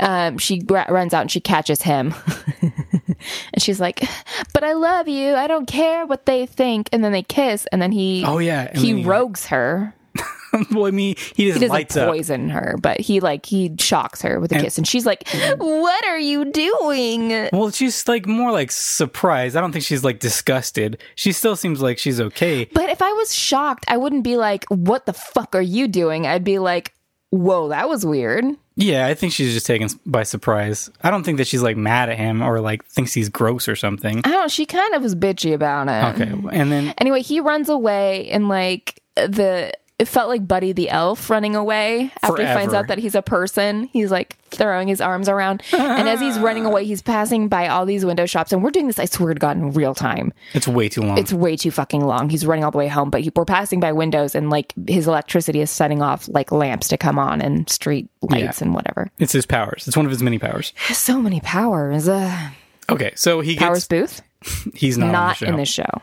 [SPEAKER 1] Um, she gra- runs out and she catches him, and she's like, "But I love you. I don't care what they think." And then they kiss, and then he,
[SPEAKER 2] Oh, yeah, and
[SPEAKER 1] he
[SPEAKER 2] then he-
[SPEAKER 1] rogues her.
[SPEAKER 2] Well, I mean, he just
[SPEAKER 1] He doesn't
[SPEAKER 2] lights up.
[SPEAKER 1] poison her, but he like he shocks her with a kiss, and she's like,
[SPEAKER 2] Mm-hmm.
[SPEAKER 1] "What are you doing?"
[SPEAKER 2] Well, she's like more like surprised. I don't think she's like disgusted. She still seems like she's okay.
[SPEAKER 1] But if I was shocked, I wouldn't be like, "What the fuck are you doing?" I'd be like, "Whoa, that was weird."
[SPEAKER 2] Yeah, I think she's just taken s- by surprise. I don't think that she's like mad at him or like thinks he's gross or something.
[SPEAKER 1] I don't. know, She kind of was bitchy about it.
[SPEAKER 2] Okay, and then
[SPEAKER 1] Anyway, he runs away, and like the it felt like Buddy the Elf running away after he finds
[SPEAKER 2] Forever.
[SPEAKER 1] out that he's a person. He's like throwing his arms around, and as he's running away, he's passing by all these window shops, and we're doing this. I swear to God, in real time.
[SPEAKER 2] it's way too long.
[SPEAKER 1] It's way too fucking long. He's running all the way home, but he, we're passing by windows, and like his electricity is setting off like lamps to come on and street lights and whatever.
[SPEAKER 2] It's his powers. It's one of his many powers.
[SPEAKER 1] So many powers. Uh,
[SPEAKER 2] Okay, so he
[SPEAKER 1] powers
[SPEAKER 2] gets.
[SPEAKER 1] Booth
[SPEAKER 2] He's not, on the
[SPEAKER 1] not
[SPEAKER 2] show.
[SPEAKER 1] in this show.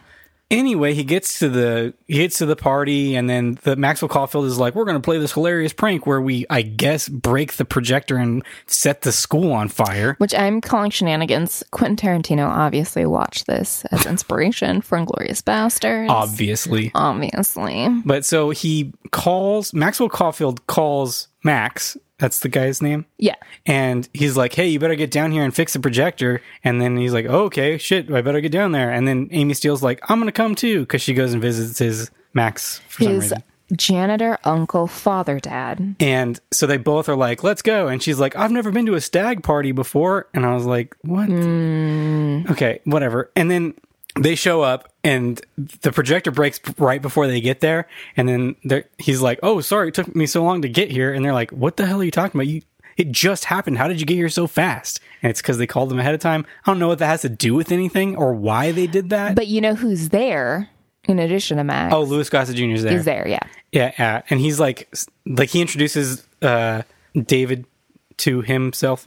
[SPEAKER 2] anyway, he gets to the he gets to the party, and then the Maxwell Caulfield is like, "We're going to play this hilarious prank where we, I guess, break the projector and set the school on fire."
[SPEAKER 1] which I'm calling shenanigans. Quentin Tarantino obviously watched this as inspiration for Inglorious Bastards.
[SPEAKER 2] Obviously,
[SPEAKER 1] Obviously.
[SPEAKER 2] But so he calls Maxwell Caulfield calls Max. That's the guy's name.
[SPEAKER 1] Yeah.
[SPEAKER 2] And he's like, "Hey, you better get down here and fix the projector." And then he's like, oh, "Okay, shit, I better get down there." And then Amy Steele's like, "I'm gonna come too," because she goes and visits his Max for some
[SPEAKER 1] His
[SPEAKER 2] reason.
[SPEAKER 1] janitor, uncle, father, dad.
[SPEAKER 2] And so they both are like, "Let's go." And she's like, "I've never been to a stag party before." And I was like, "What?"
[SPEAKER 1] Hmm.
[SPEAKER 2] Okay, whatever. And then they show up and the projector breaks right before they get there and then they're- he's like, "Oh, sorry, it took me so long to get here." And they're like, "What the hell are you talking about? You it just happened. How did you get here so fast?" And it's cuz they called them ahead of time. I don't know what that has to do with anything or why they did that.
[SPEAKER 1] But you know who's there in addition to Max?
[SPEAKER 2] oh, Louis Gossett Jr. is there.
[SPEAKER 1] he's there, yeah.
[SPEAKER 2] Yeah, yeah, and he's like, like he introduces uh, David to himself,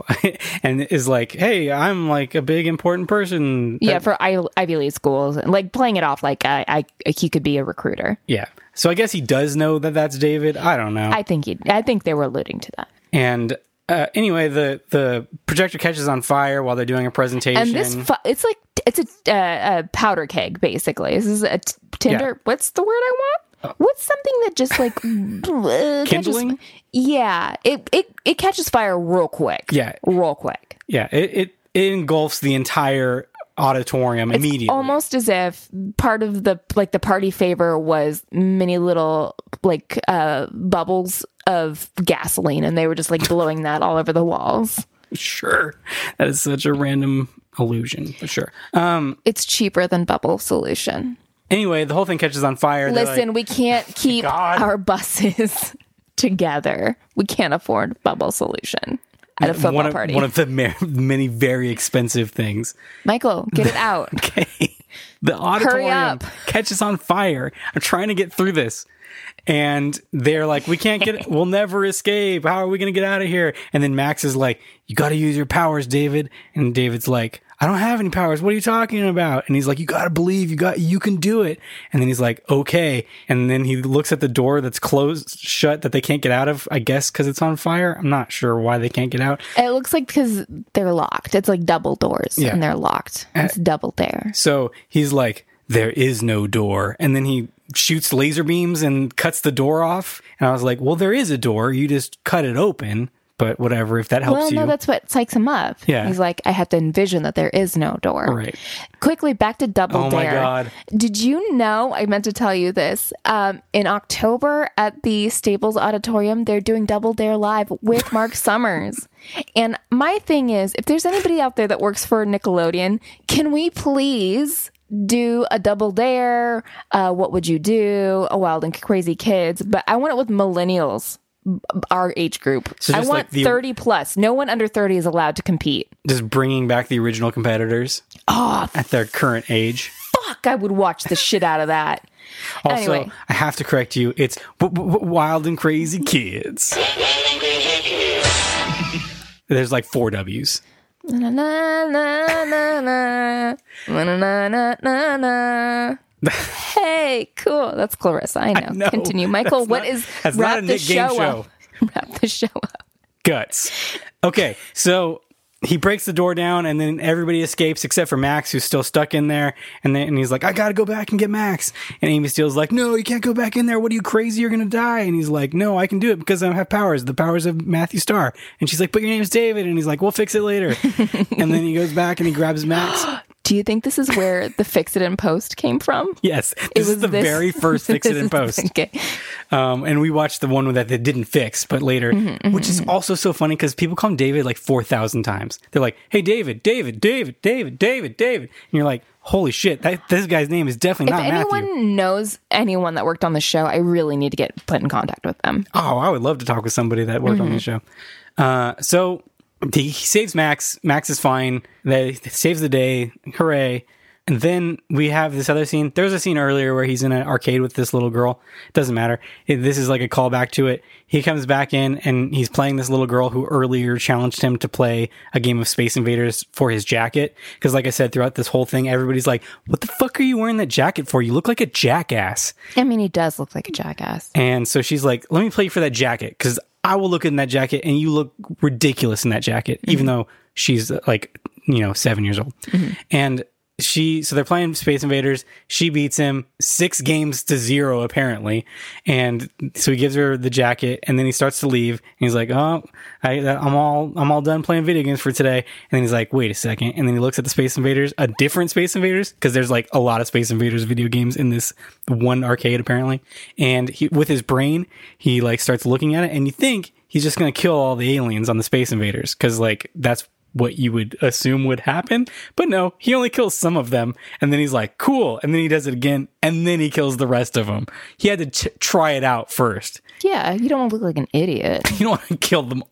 [SPEAKER 2] and is like, "Hey, I'm like a big important person."
[SPEAKER 1] Yeah, for I- Ivy League schools, and like playing it off like I, I, he could be a recruiter.
[SPEAKER 2] yeah. So I guess he does know that that's David. I don't know.
[SPEAKER 1] I think he, I think they were alluding to that.
[SPEAKER 2] and uh, anyway, the the projector catches on fire while they're doing a presentation.
[SPEAKER 1] And this, fu- it's like it's a, uh, a powder keg, basically. This is a t- Tinder.
[SPEAKER 2] Yeah.
[SPEAKER 1] What's the word I want? What's something that just like uh, catches-
[SPEAKER 2] Kindling?
[SPEAKER 1] yeah, it it it catches fire real quick.
[SPEAKER 2] Yeah.
[SPEAKER 1] real quick.
[SPEAKER 2] Yeah, it, it, it engulfs the entire auditorium immediately.
[SPEAKER 1] Almost as if part of the like the party favor was many little like uh bubbles of gasoline and they were just like blowing that all over the walls.
[SPEAKER 2] sure. That is such a random illusion, for sure.
[SPEAKER 1] It's cheaper than bubble solution.
[SPEAKER 2] Anyway, the whole thing catches on fire. They're
[SPEAKER 1] Listen,
[SPEAKER 2] like,
[SPEAKER 1] we can't keep
[SPEAKER 2] God.
[SPEAKER 1] our buses together. We can't afford bubble solution at a football
[SPEAKER 2] one of,
[SPEAKER 1] party.
[SPEAKER 2] One of the ma- many very expensive things.
[SPEAKER 1] Michael, get it out.
[SPEAKER 2] Okay. The auditorium
[SPEAKER 1] up.
[SPEAKER 2] catches on fire. I'm trying to get through this. And they're like, we can't get, we'll never escape. How are we going to get out of here? And then Max is like, you got to use your powers, David. And David's like, I don't have any powers. What are you talking about? And he's like, you got to believe you got, you can do it. And then he's like, okay. And then he looks at the door that's closed shut that they can't get out of, I guess, because it's on fire. I'm not sure why they can't get out.
[SPEAKER 1] It looks like because they're locked. It's like double doors
[SPEAKER 2] Yeah.
[SPEAKER 1] and they're locked. It's double there.
[SPEAKER 2] So he's like, there is no door. And then he shoots laser beams and cuts the door off. And I was like, well, there is a door. You just cut it open. But whatever, if that helps
[SPEAKER 1] Well,
[SPEAKER 2] you.
[SPEAKER 1] no, that's what psychs him up.
[SPEAKER 2] Yeah.
[SPEAKER 1] He's like, I have to envision that there is no door.
[SPEAKER 2] Right.
[SPEAKER 1] Quickly back to Double
[SPEAKER 2] Oh my
[SPEAKER 1] Dare.
[SPEAKER 2] God.
[SPEAKER 1] Did you know? I meant to tell you this. Um, in October at the Staples Auditorium, they're doing Double Dare live with Mark Summers. And my thing is, if there's anybody out there that works for Nickelodeon, can we please? Do a double dare. Uh, what would you do? A wild and crazy kids. But I want it with millennials, b- our age group.
[SPEAKER 2] So
[SPEAKER 1] I
[SPEAKER 2] just
[SPEAKER 1] want
[SPEAKER 2] like the-
[SPEAKER 1] 30 plus. No one under 30 is allowed to compete.
[SPEAKER 2] Just bringing back the original competitors
[SPEAKER 1] Oh,
[SPEAKER 2] at their current age.
[SPEAKER 1] fuck. I would watch the shit out of that.
[SPEAKER 2] Also,
[SPEAKER 1] Anyway.
[SPEAKER 2] I have to correct you. It's w- w- w- Wild and Crazy Kids. There's like four W's.
[SPEAKER 1] Na na na na na na na na na na na. Hey, cool. That's Clarissa. I know.
[SPEAKER 2] know.
[SPEAKER 1] Continue, Michael.
[SPEAKER 2] That's
[SPEAKER 1] What
[SPEAKER 2] not-
[SPEAKER 1] is
[SPEAKER 2] that's not
[SPEAKER 1] wrap
[SPEAKER 2] a
[SPEAKER 1] the
[SPEAKER 2] Nick
[SPEAKER 1] show
[SPEAKER 2] Game
[SPEAKER 1] up? Wrap the show up.
[SPEAKER 2] guts. Okay, so he breaks the door down, and then everybody escapes except for Max, who's still stuck in there. And then and he's like, "I gotta go back and get Max." And Amy Steele's like, "No, you can't go back in there. What are you crazy? You're gonna die." And he's like, "No, I can do it because I have powers. The powers of Matthew Starr." And she's like, "But your name's David." And he's like, "We'll fix it later." and then he goes back and he grabs Max.
[SPEAKER 1] Do you think this is where the fix it in post came from?
[SPEAKER 2] Yes, this is the
[SPEAKER 1] this-
[SPEAKER 2] very first fix it
[SPEAKER 1] this
[SPEAKER 2] in
[SPEAKER 1] is-
[SPEAKER 2] post.
[SPEAKER 1] Okay.
[SPEAKER 2] Um, and we watched the one that they didn't fix, but later,
[SPEAKER 1] Mm-hmm,
[SPEAKER 2] which is also so funny because people call him David like 4,000 times. They're like, hey, David, David, David, David, David, David. And you're like, holy shit, that, this guy's name is definitely
[SPEAKER 1] If
[SPEAKER 2] not
[SPEAKER 1] anyone
[SPEAKER 2] Matthew.
[SPEAKER 1] knows anyone that worked on the show, I really need to get put in contact with them.
[SPEAKER 2] Oh, I would love to talk with somebody that worked on the show. Uh, so he, he saves Max. Max is fine. They they saves the day. Hooray. And then we have this other scene. There was a scene earlier where he's in an arcade with this little girl. Doesn't matter. It- this is like a callback to it. He comes back in and he's playing this little girl who earlier challenged him to play a game of Space Invaders for his jacket. Because, like I said, throughout this whole thing, everybody's like, "What the fuck are you wearing that jacket for? You look like a jackass."
[SPEAKER 1] I mean, he does look like a jackass.
[SPEAKER 2] And so she's like, let me play you for that jacket because I will look in that jacket and you look ridiculous in that jacket, even though she's uh, like, you know, seven years old. And she, so they're playing Space Invaders. She beats him six games to zero, apparently. And so he gives her the jacket and then he starts to leave. And he's like, oh, I, I'm all, I'm all done playing video games for today. And then he's like, wait a second. And then he looks at the Space Invaders, a different Space Invaders, because there's like a lot of Space Invaders video games in this one arcade apparently. And he, with his brain, he like starts looking at it, and you think he's just gonna kill all the aliens on the Space Invaders because like that's what you would assume would happen. But no, he only kills some of them, and then he's like, cool, and then he does it again, and then he kills the rest of them. He had to t- try it out first.
[SPEAKER 1] Yeah, you don't want to look like an idiot.
[SPEAKER 2] You don't want to kill them,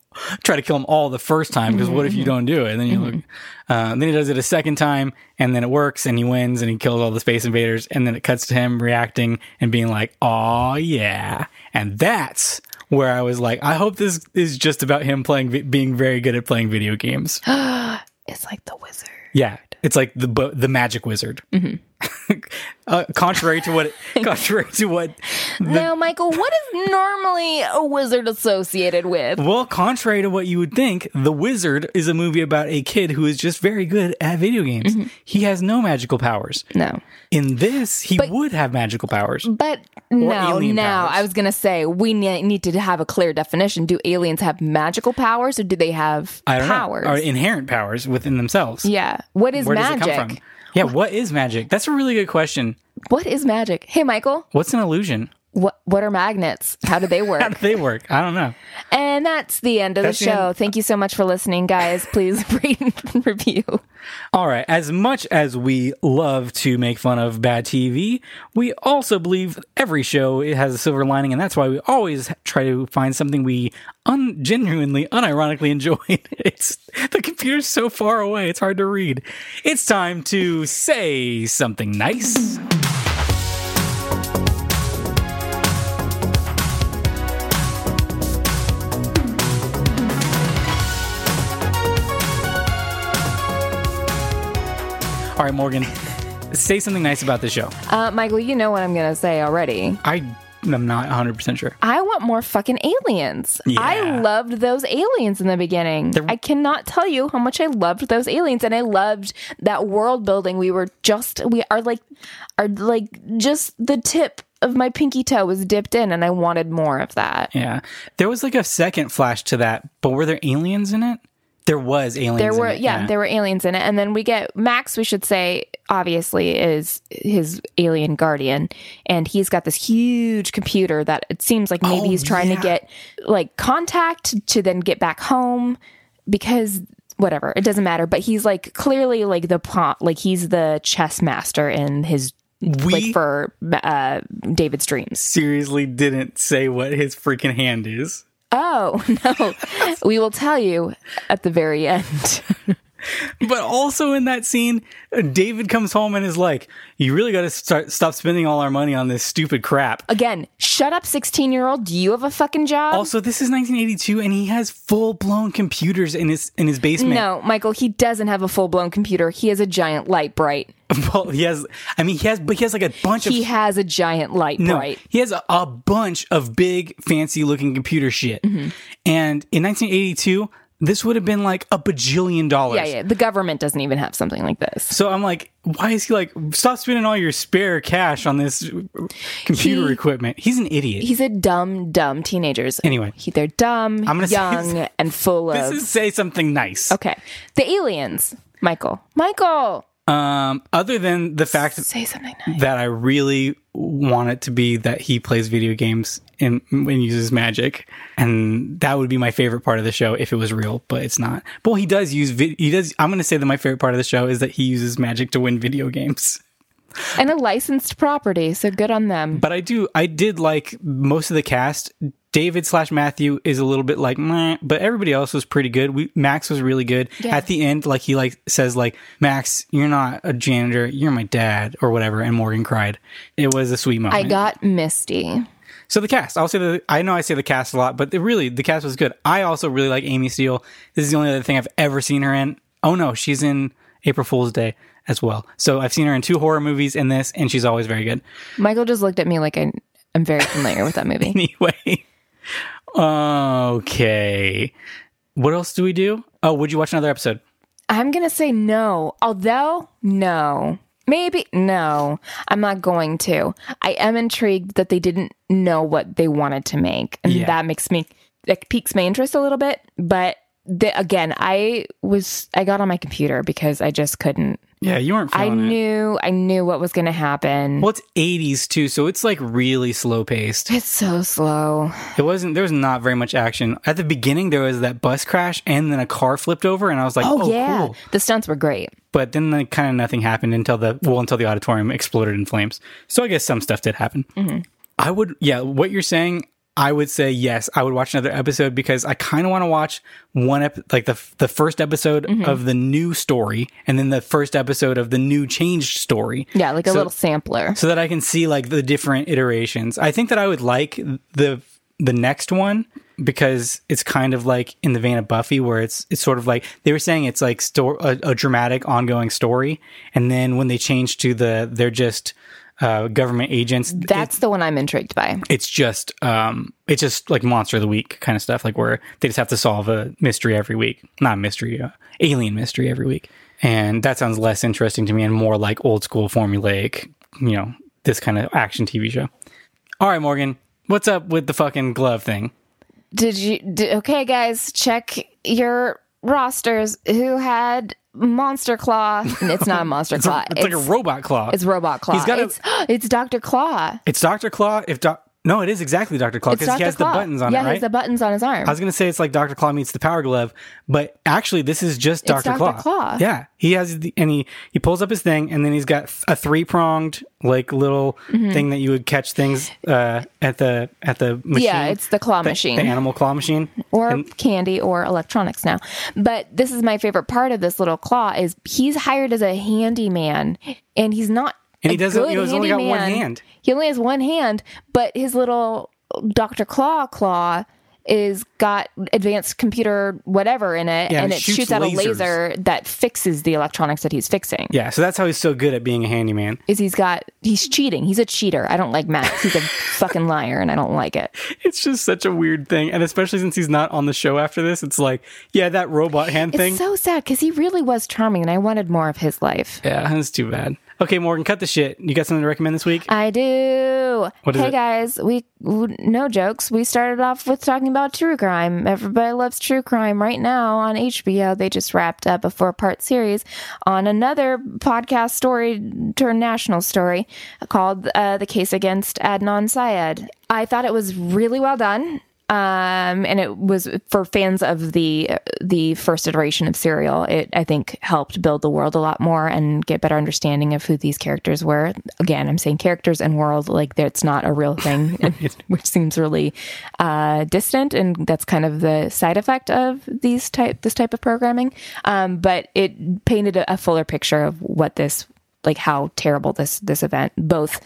[SPEAKER 2] try to kill them all the first time because what if you don't do it? And then you look, uh, then he does it a second time, and then it works, and he wins, and he kills all the space invaders, and then it cuts to him reacting and being like, "Oh yeah," and that's where I was like, "I hope this is just about him playing, vi- being very good at playing video games."
[SPEAKER 1] It's like the wizard.
[SPEAKER 2] yeah, it's like the bo- the magic wizard. uh, contrary to what contrary to what
[SPEAKER 1] now, Michael, what is normally a wizard associated with?
[SPEAKER 2] well, contrary to what you would think, The Wizard is a movie about a kid who is just very good at video games.
[SPEAKER 1] Mm-hmm.
[SPEAKER 2] He has no magical powers.
[SPEAKER 1] No.
[SPEAKER 2] In this, he
[SPEAKER 1] But-
[SPEAKER 2] would have magical powers.
[SPEAKER 1] But no,
[SPEAKER 2] alien
[SPEAKER 1] now
[SPEAKER 2] powers.
[SPEAKER 1] I was gonna say we ne- need to have a clear definition. Do aliens have magical powers, or do they have
[SPEAKER 2] I don't
[SPEAKER 1] powers?
[SPEAKER 2] know. Or inherent powers within themselves.
[SPEAKER 1] yeah, what is
[SPEAKER 2] Where
[SPEAKER 1] magic?
[SPEAKER 2] does it come from? Yeah, what is magic? That's a really good question.
[SPEAKER 1] What is magic? Hey, Michael,
[SPEAKER 2] What's an illusion?
[SPEAKER 1] what what are magnets? How do they
[SPEAKER 2] How do
[SPEAKER 1] work?
[SPEAKER 2] they work? I don't know.
[SPEAKER 1] and that's the end of
[SPEAKER 2] That's
[SPEAKER 1] the
[SPEAKER 2] the
[SPEAKER 1] show.
[SPEAKER 2] end.
[SPEAKER 1] Thank you so much for listening, guys. Please rate and review.
[SPEAKER 2] All right. As much as we love to make fun of bad TV, we also believe every show it has a silver lining, and that's why we always try to find something we un- genuinely, unironically enjoy. It's the computer's so far away; it's hard to read. It's time to say something nice. All right, Morgan, say something nice about the show.
[SPEAKER 1] Uh, Michael, you know what I'm gonna say already.
[SPEAKER 2] I am not 100 percent sure.
[SPEAKER 1] I want more fucking aliens. I
[SPEAKER 2] Yeah.
[SPEAKER 1] loved those aliens in the beginning. I cannot tell you how much I loved those aliens and I loved that world building. We were just we are like are like just the tip of my pinky toe was dipped in and I wanted more of that.
[SPEAKER 2] Yeah, there was like a second flash to that, but were there aliens in it? There was aliens.
[SPEAKER 1] There
[SPEAKER 2] in
[SPEAKER 1] were
[SPEAKER 2] it,
[SPEAKER 1] yeah, there were aliens in it. And then we get Max, we should say, obviously is his alien guardian and he's got this huge computer that it seems like maybe
[SPEAKER 2] Oh,
[SPEAKER 1] he's trying
[SPEAKER 2] yeah.
[SPEAKER 1] to get like contact to then get back home because whatever, it doesn't matter, but he's like clearly like the prom, like he's the chess master in his
[SPEAKER 2] we
[SPEAKER 1] like for uh David's dreams.
[SPEAKER 2] seriously didn't say what his freaking hand is.
[SPEAKER 1] Oh, no. we will tell you at the very end.
[SPEAKER 2] But also in that scene, David comes home and is like, "You really got to start stop spending all our money on this stupid crap."
[SPEAKER 1] Again, shut up 16-year-old. Do you have a fucking job?
[SPEAKER 2] Also, this is 1982, and he has full blown computers in his in his basement.
[SPEAKER 1] No, Michael, he doesn't have a full blown computer. He has a giant light bright.
[SPEAKER 2] Well, he has. I mean, he has, but he has like a bunch
[SPEAKER 1] He
[SPEAKER 2] of.
[SPEAKER 1] has a giant light
[SPEAKER 2] No,
[SPEAKER 1] bright.
[SPEAKER 2] he has a, a bunch of big, fancy looking computer shit.
[SPEAKER 1] Mm-hmm.
[SPEAKER 2] And in 1982, this would have been like a bajillion dollars.
[SPEAKER 1] Yeah, yeah. The government doesn't even have something like this.
[SPEAKER 2] So I'm like, why is he like, stop spending all your spare cash on this computer
[SPEAKER 1] He-
[SPEAKER 2] equipment? He's an idiot.
[SPEAKER 1] He's a dumb, dumb teenagers.
[SPEAKER 2] Anyway.
[SPEAKER 1] he, they're dumb,
[SPEAKER 2] I'm gonna say-
[SPEAKER 1] young, and full
[SPEAKER 2] this
[SPEAKER 1] of.
[SPEAKER 2] is say something nice.
[SPEAKER 1] okay, the aliens, Michael. Michael,
[SPEAKER 2] Um, other than the fact
[SPEAKER 1] say something nice.
[SPEAKER 2] that I really want it to be that he plays video games and, and uses magic, and that would be my favorite part of the show if it was real, but it's not. But he does use vid- he does. I'm gonna say that my favorite part of the show is that he uses magic to win video games.
[SPEAKER 1] And a licensed property, so good on them.
[SPEAKER 2] But I do, I did like most of the cast. David slash Matthew is a little bit like, Meh, but everybody else was pretty good. We, Max was really good
[SPEAKER 1] Yeah.
[SPEAKER 2] at the end. Like he like says like, Max, you're not a janitor, you're my dad or whatever. And Morgan cried. It was a sweet
[SPEAKER 1] I
[SPEAKER 2] moment.
[SPEAKER 1] got misty.
[SPEAKER 2] so the cast, I'll say the, I know I say the cast a lot, but it really the cast was good. I also really like Amy Steele. This is the only other thing I've ever seen her in. Oh no, she's in April Fool's Day as well. So I've seen her in two horror movies and this, and she's always very good.
[SPEAKER 1] Michael just looked at me like I, I'm very familiar with that movie.
[SPEAKER 2] anyway. Okay. What else do we do? Oh, would you watch another episode?
[SPEAKER 1] I'm going to say no. Although, no. Maybe, no. I'm not going to. I am intrigued that they didn't know what they wanted to make. And
[SPEAKER 2] Yeah.
[SPEAKER 1] that makes me, that piques my interest a little bit. But the, again, I was, I got on my computer because I just couldn't.
[SPEAKER 2] Yeah, you weren't
[SPEAKER 1] I
[SPEAKER 2] feeling it.
[SPEAKER 1] knew, I knew what was going to happen.
[SPEAKER 2] Well, it's 80s too, so it's like really slow paced.
[SPEAKER 1] It's so slow.
[SPEAKER 2] It wasn't, there was not very much action. At the beginning, there was that bus crash and then a car flipped over, and I was like, oh,
[SPEAKER 1] yeah.
[SPEAKER 2] cool.
[SPEAKER 1] The stunts were great.
[SPEAKER 2] But then like, kind of nothing happened until the, well, until the auditorium exploded in flames. So I guess some stuff did happen.
[SPEAKER 1] Mm-hmm.
[SPEAKER 2] I would, yeah, what you're saying, I would say yes. I would watch another episode because I kind of want to watch one, ep- like the f- the first episode
[SPEAKER 1] Mm-hmm.
[SPEAKER 2] of the new story, and then the first episode of the new changed story.
[SPEAKER 1] Yeah, like a
[SPEAKER 2] So-
[SPEAKER 1] little sampler.
[SPEAKER 2] so that I can see like the different iterations. I think that I would like the the next one because it's kind of like in the vein of Buffy, where it's it's sort of like they were saying it's like sto- a, a dramatic ongoing story, and then when they change to the they're just uh, government agents,
[SPEAKER 1] That's the one I'm intrigued by.
[SPEAKER 2] it's just um it's just like monster of the week kind of stuff like where they just have to solve a mystery every week not a mystery uh, alien mystery every week and that sounds less interesting to me and more like old school formulaic you know this kind of action tv show all right morgan what's up with the fucking glove thing
[SPEAKER 1] Did you? Did, okay, guys, check your rosters. Who had Monster Claw? It's not a Monster Claw.
[SPEAKER 2] it's, like a robot claw
[SPEAKER 1] Uh, It's Robot Claw.
[SPEAKER 2] He's got a-
[SPEAKER 1] it's, it's Doctor Claw.
[SPEAKER 2] it's dr claw if doc no it is exactly dr claw
[SPEAKER 1] It's
[SPEAKER 2] because
[SPEAKER 1] Doctor
[SPEAKER 2] he has
[SPEAKER 1] Claw.
[SPEAKER 2] the buttons on
[SPEAKER 1] yeah,
[SPEAKER 2] it
[SPEAKER 1] he
[SPEAKER 2] right
[SPEAKER 1] has the buttons on his arm.
[SPEAKER 2] I was gonna say it's like Doctor Claw meets the Power Glove, but actually this is just Doctor
[SPEAKER 1] Dr.
[SPEAKER 2] Claw.
[SPEAKER 1] Claw.
[SPEAKER 2] Yeah, he has the, and he he pulls up his thing, and then he's got a three pronged like little
[SPEAKER 1] Mm-hmm.
[SPEAKER 2] thing that you would catch things uh, at the at the machine.
[SPEAKER 1] yeah, it's the claw
[SPEAKER 2] the,
[SPEAKER 1] machine.
[SPEAKER 2] the animal claw machine.
[SPEAKER 1] or
[SPEAKER 2] And-
[SPEAKER 1] candy or electronics now. But this is my favorite part of this little claw is he's hired as a handyman and he's not
[SPEAKER 2] And he
[SPEAKER 1] a
[SPEAKER 2] doesn't-
[SPEAKER 1] good
[SPEAKER 2] he has only got one
[SPEAKER 1] handyman.
[SPEAKER 2] hand.
[SPEAKER 1] He only has one hand, but his little Dr. Claw claw is got advanced computer whatever in it
[SPEAKER 2] Yeah,
[SPEAKER 1] and
[SPEAKER 2] it
[SPEAKER 1] it
[SPEAKER 2] shoots
[SPEAKER 1] shoots out a
[SPEAKER 2] lasers.
[SPEAKER 1] laser that fixes the electronics that he's fixing.
[SPEAKER 2] yeah, so that's how he's so good at being a handyman.
[SPEAKER 1] Is he's got he's cheating. He's a cheater. I don't like Max. He's a fucking liar and I don't like it.
[SPEAKER 2] It's just such a weird thing, and especially since he's not on the show after this, it's like yeah, that robot hand thing.
[SPEAKER 1] It's so sad because he really was charming and I wanted more of his life.
[SPEAKER 2] yeah, that's too bad. Okay, Morgan, cut the shit. You got something to recommend this week?
[SPEAKER 1] I do.
[SPEAKER 2] What is
[SPEAKER 1] hey
[SPEAKER 2] it?
[SPEAKER 1] guys, we w- no jokes. We started off with talking about true crime. Everybody loves true crime right now on HBO. They just wrapped up a four-part series on another podcast story turned national story called uh, "The Case Against Adnan Syed." I thought it was really well done. Um, and it was for fans of the the first iteration of Serial. It I think helped build the world a lot more and get better understanding of who these characters were. Again, I'm saying characters and world like that's not a real thing, which seems really uh, distant, and that's kind of the side effect of these type this type of programming. Um, but it painted a, a fuller picture of what this like how terrible this this event both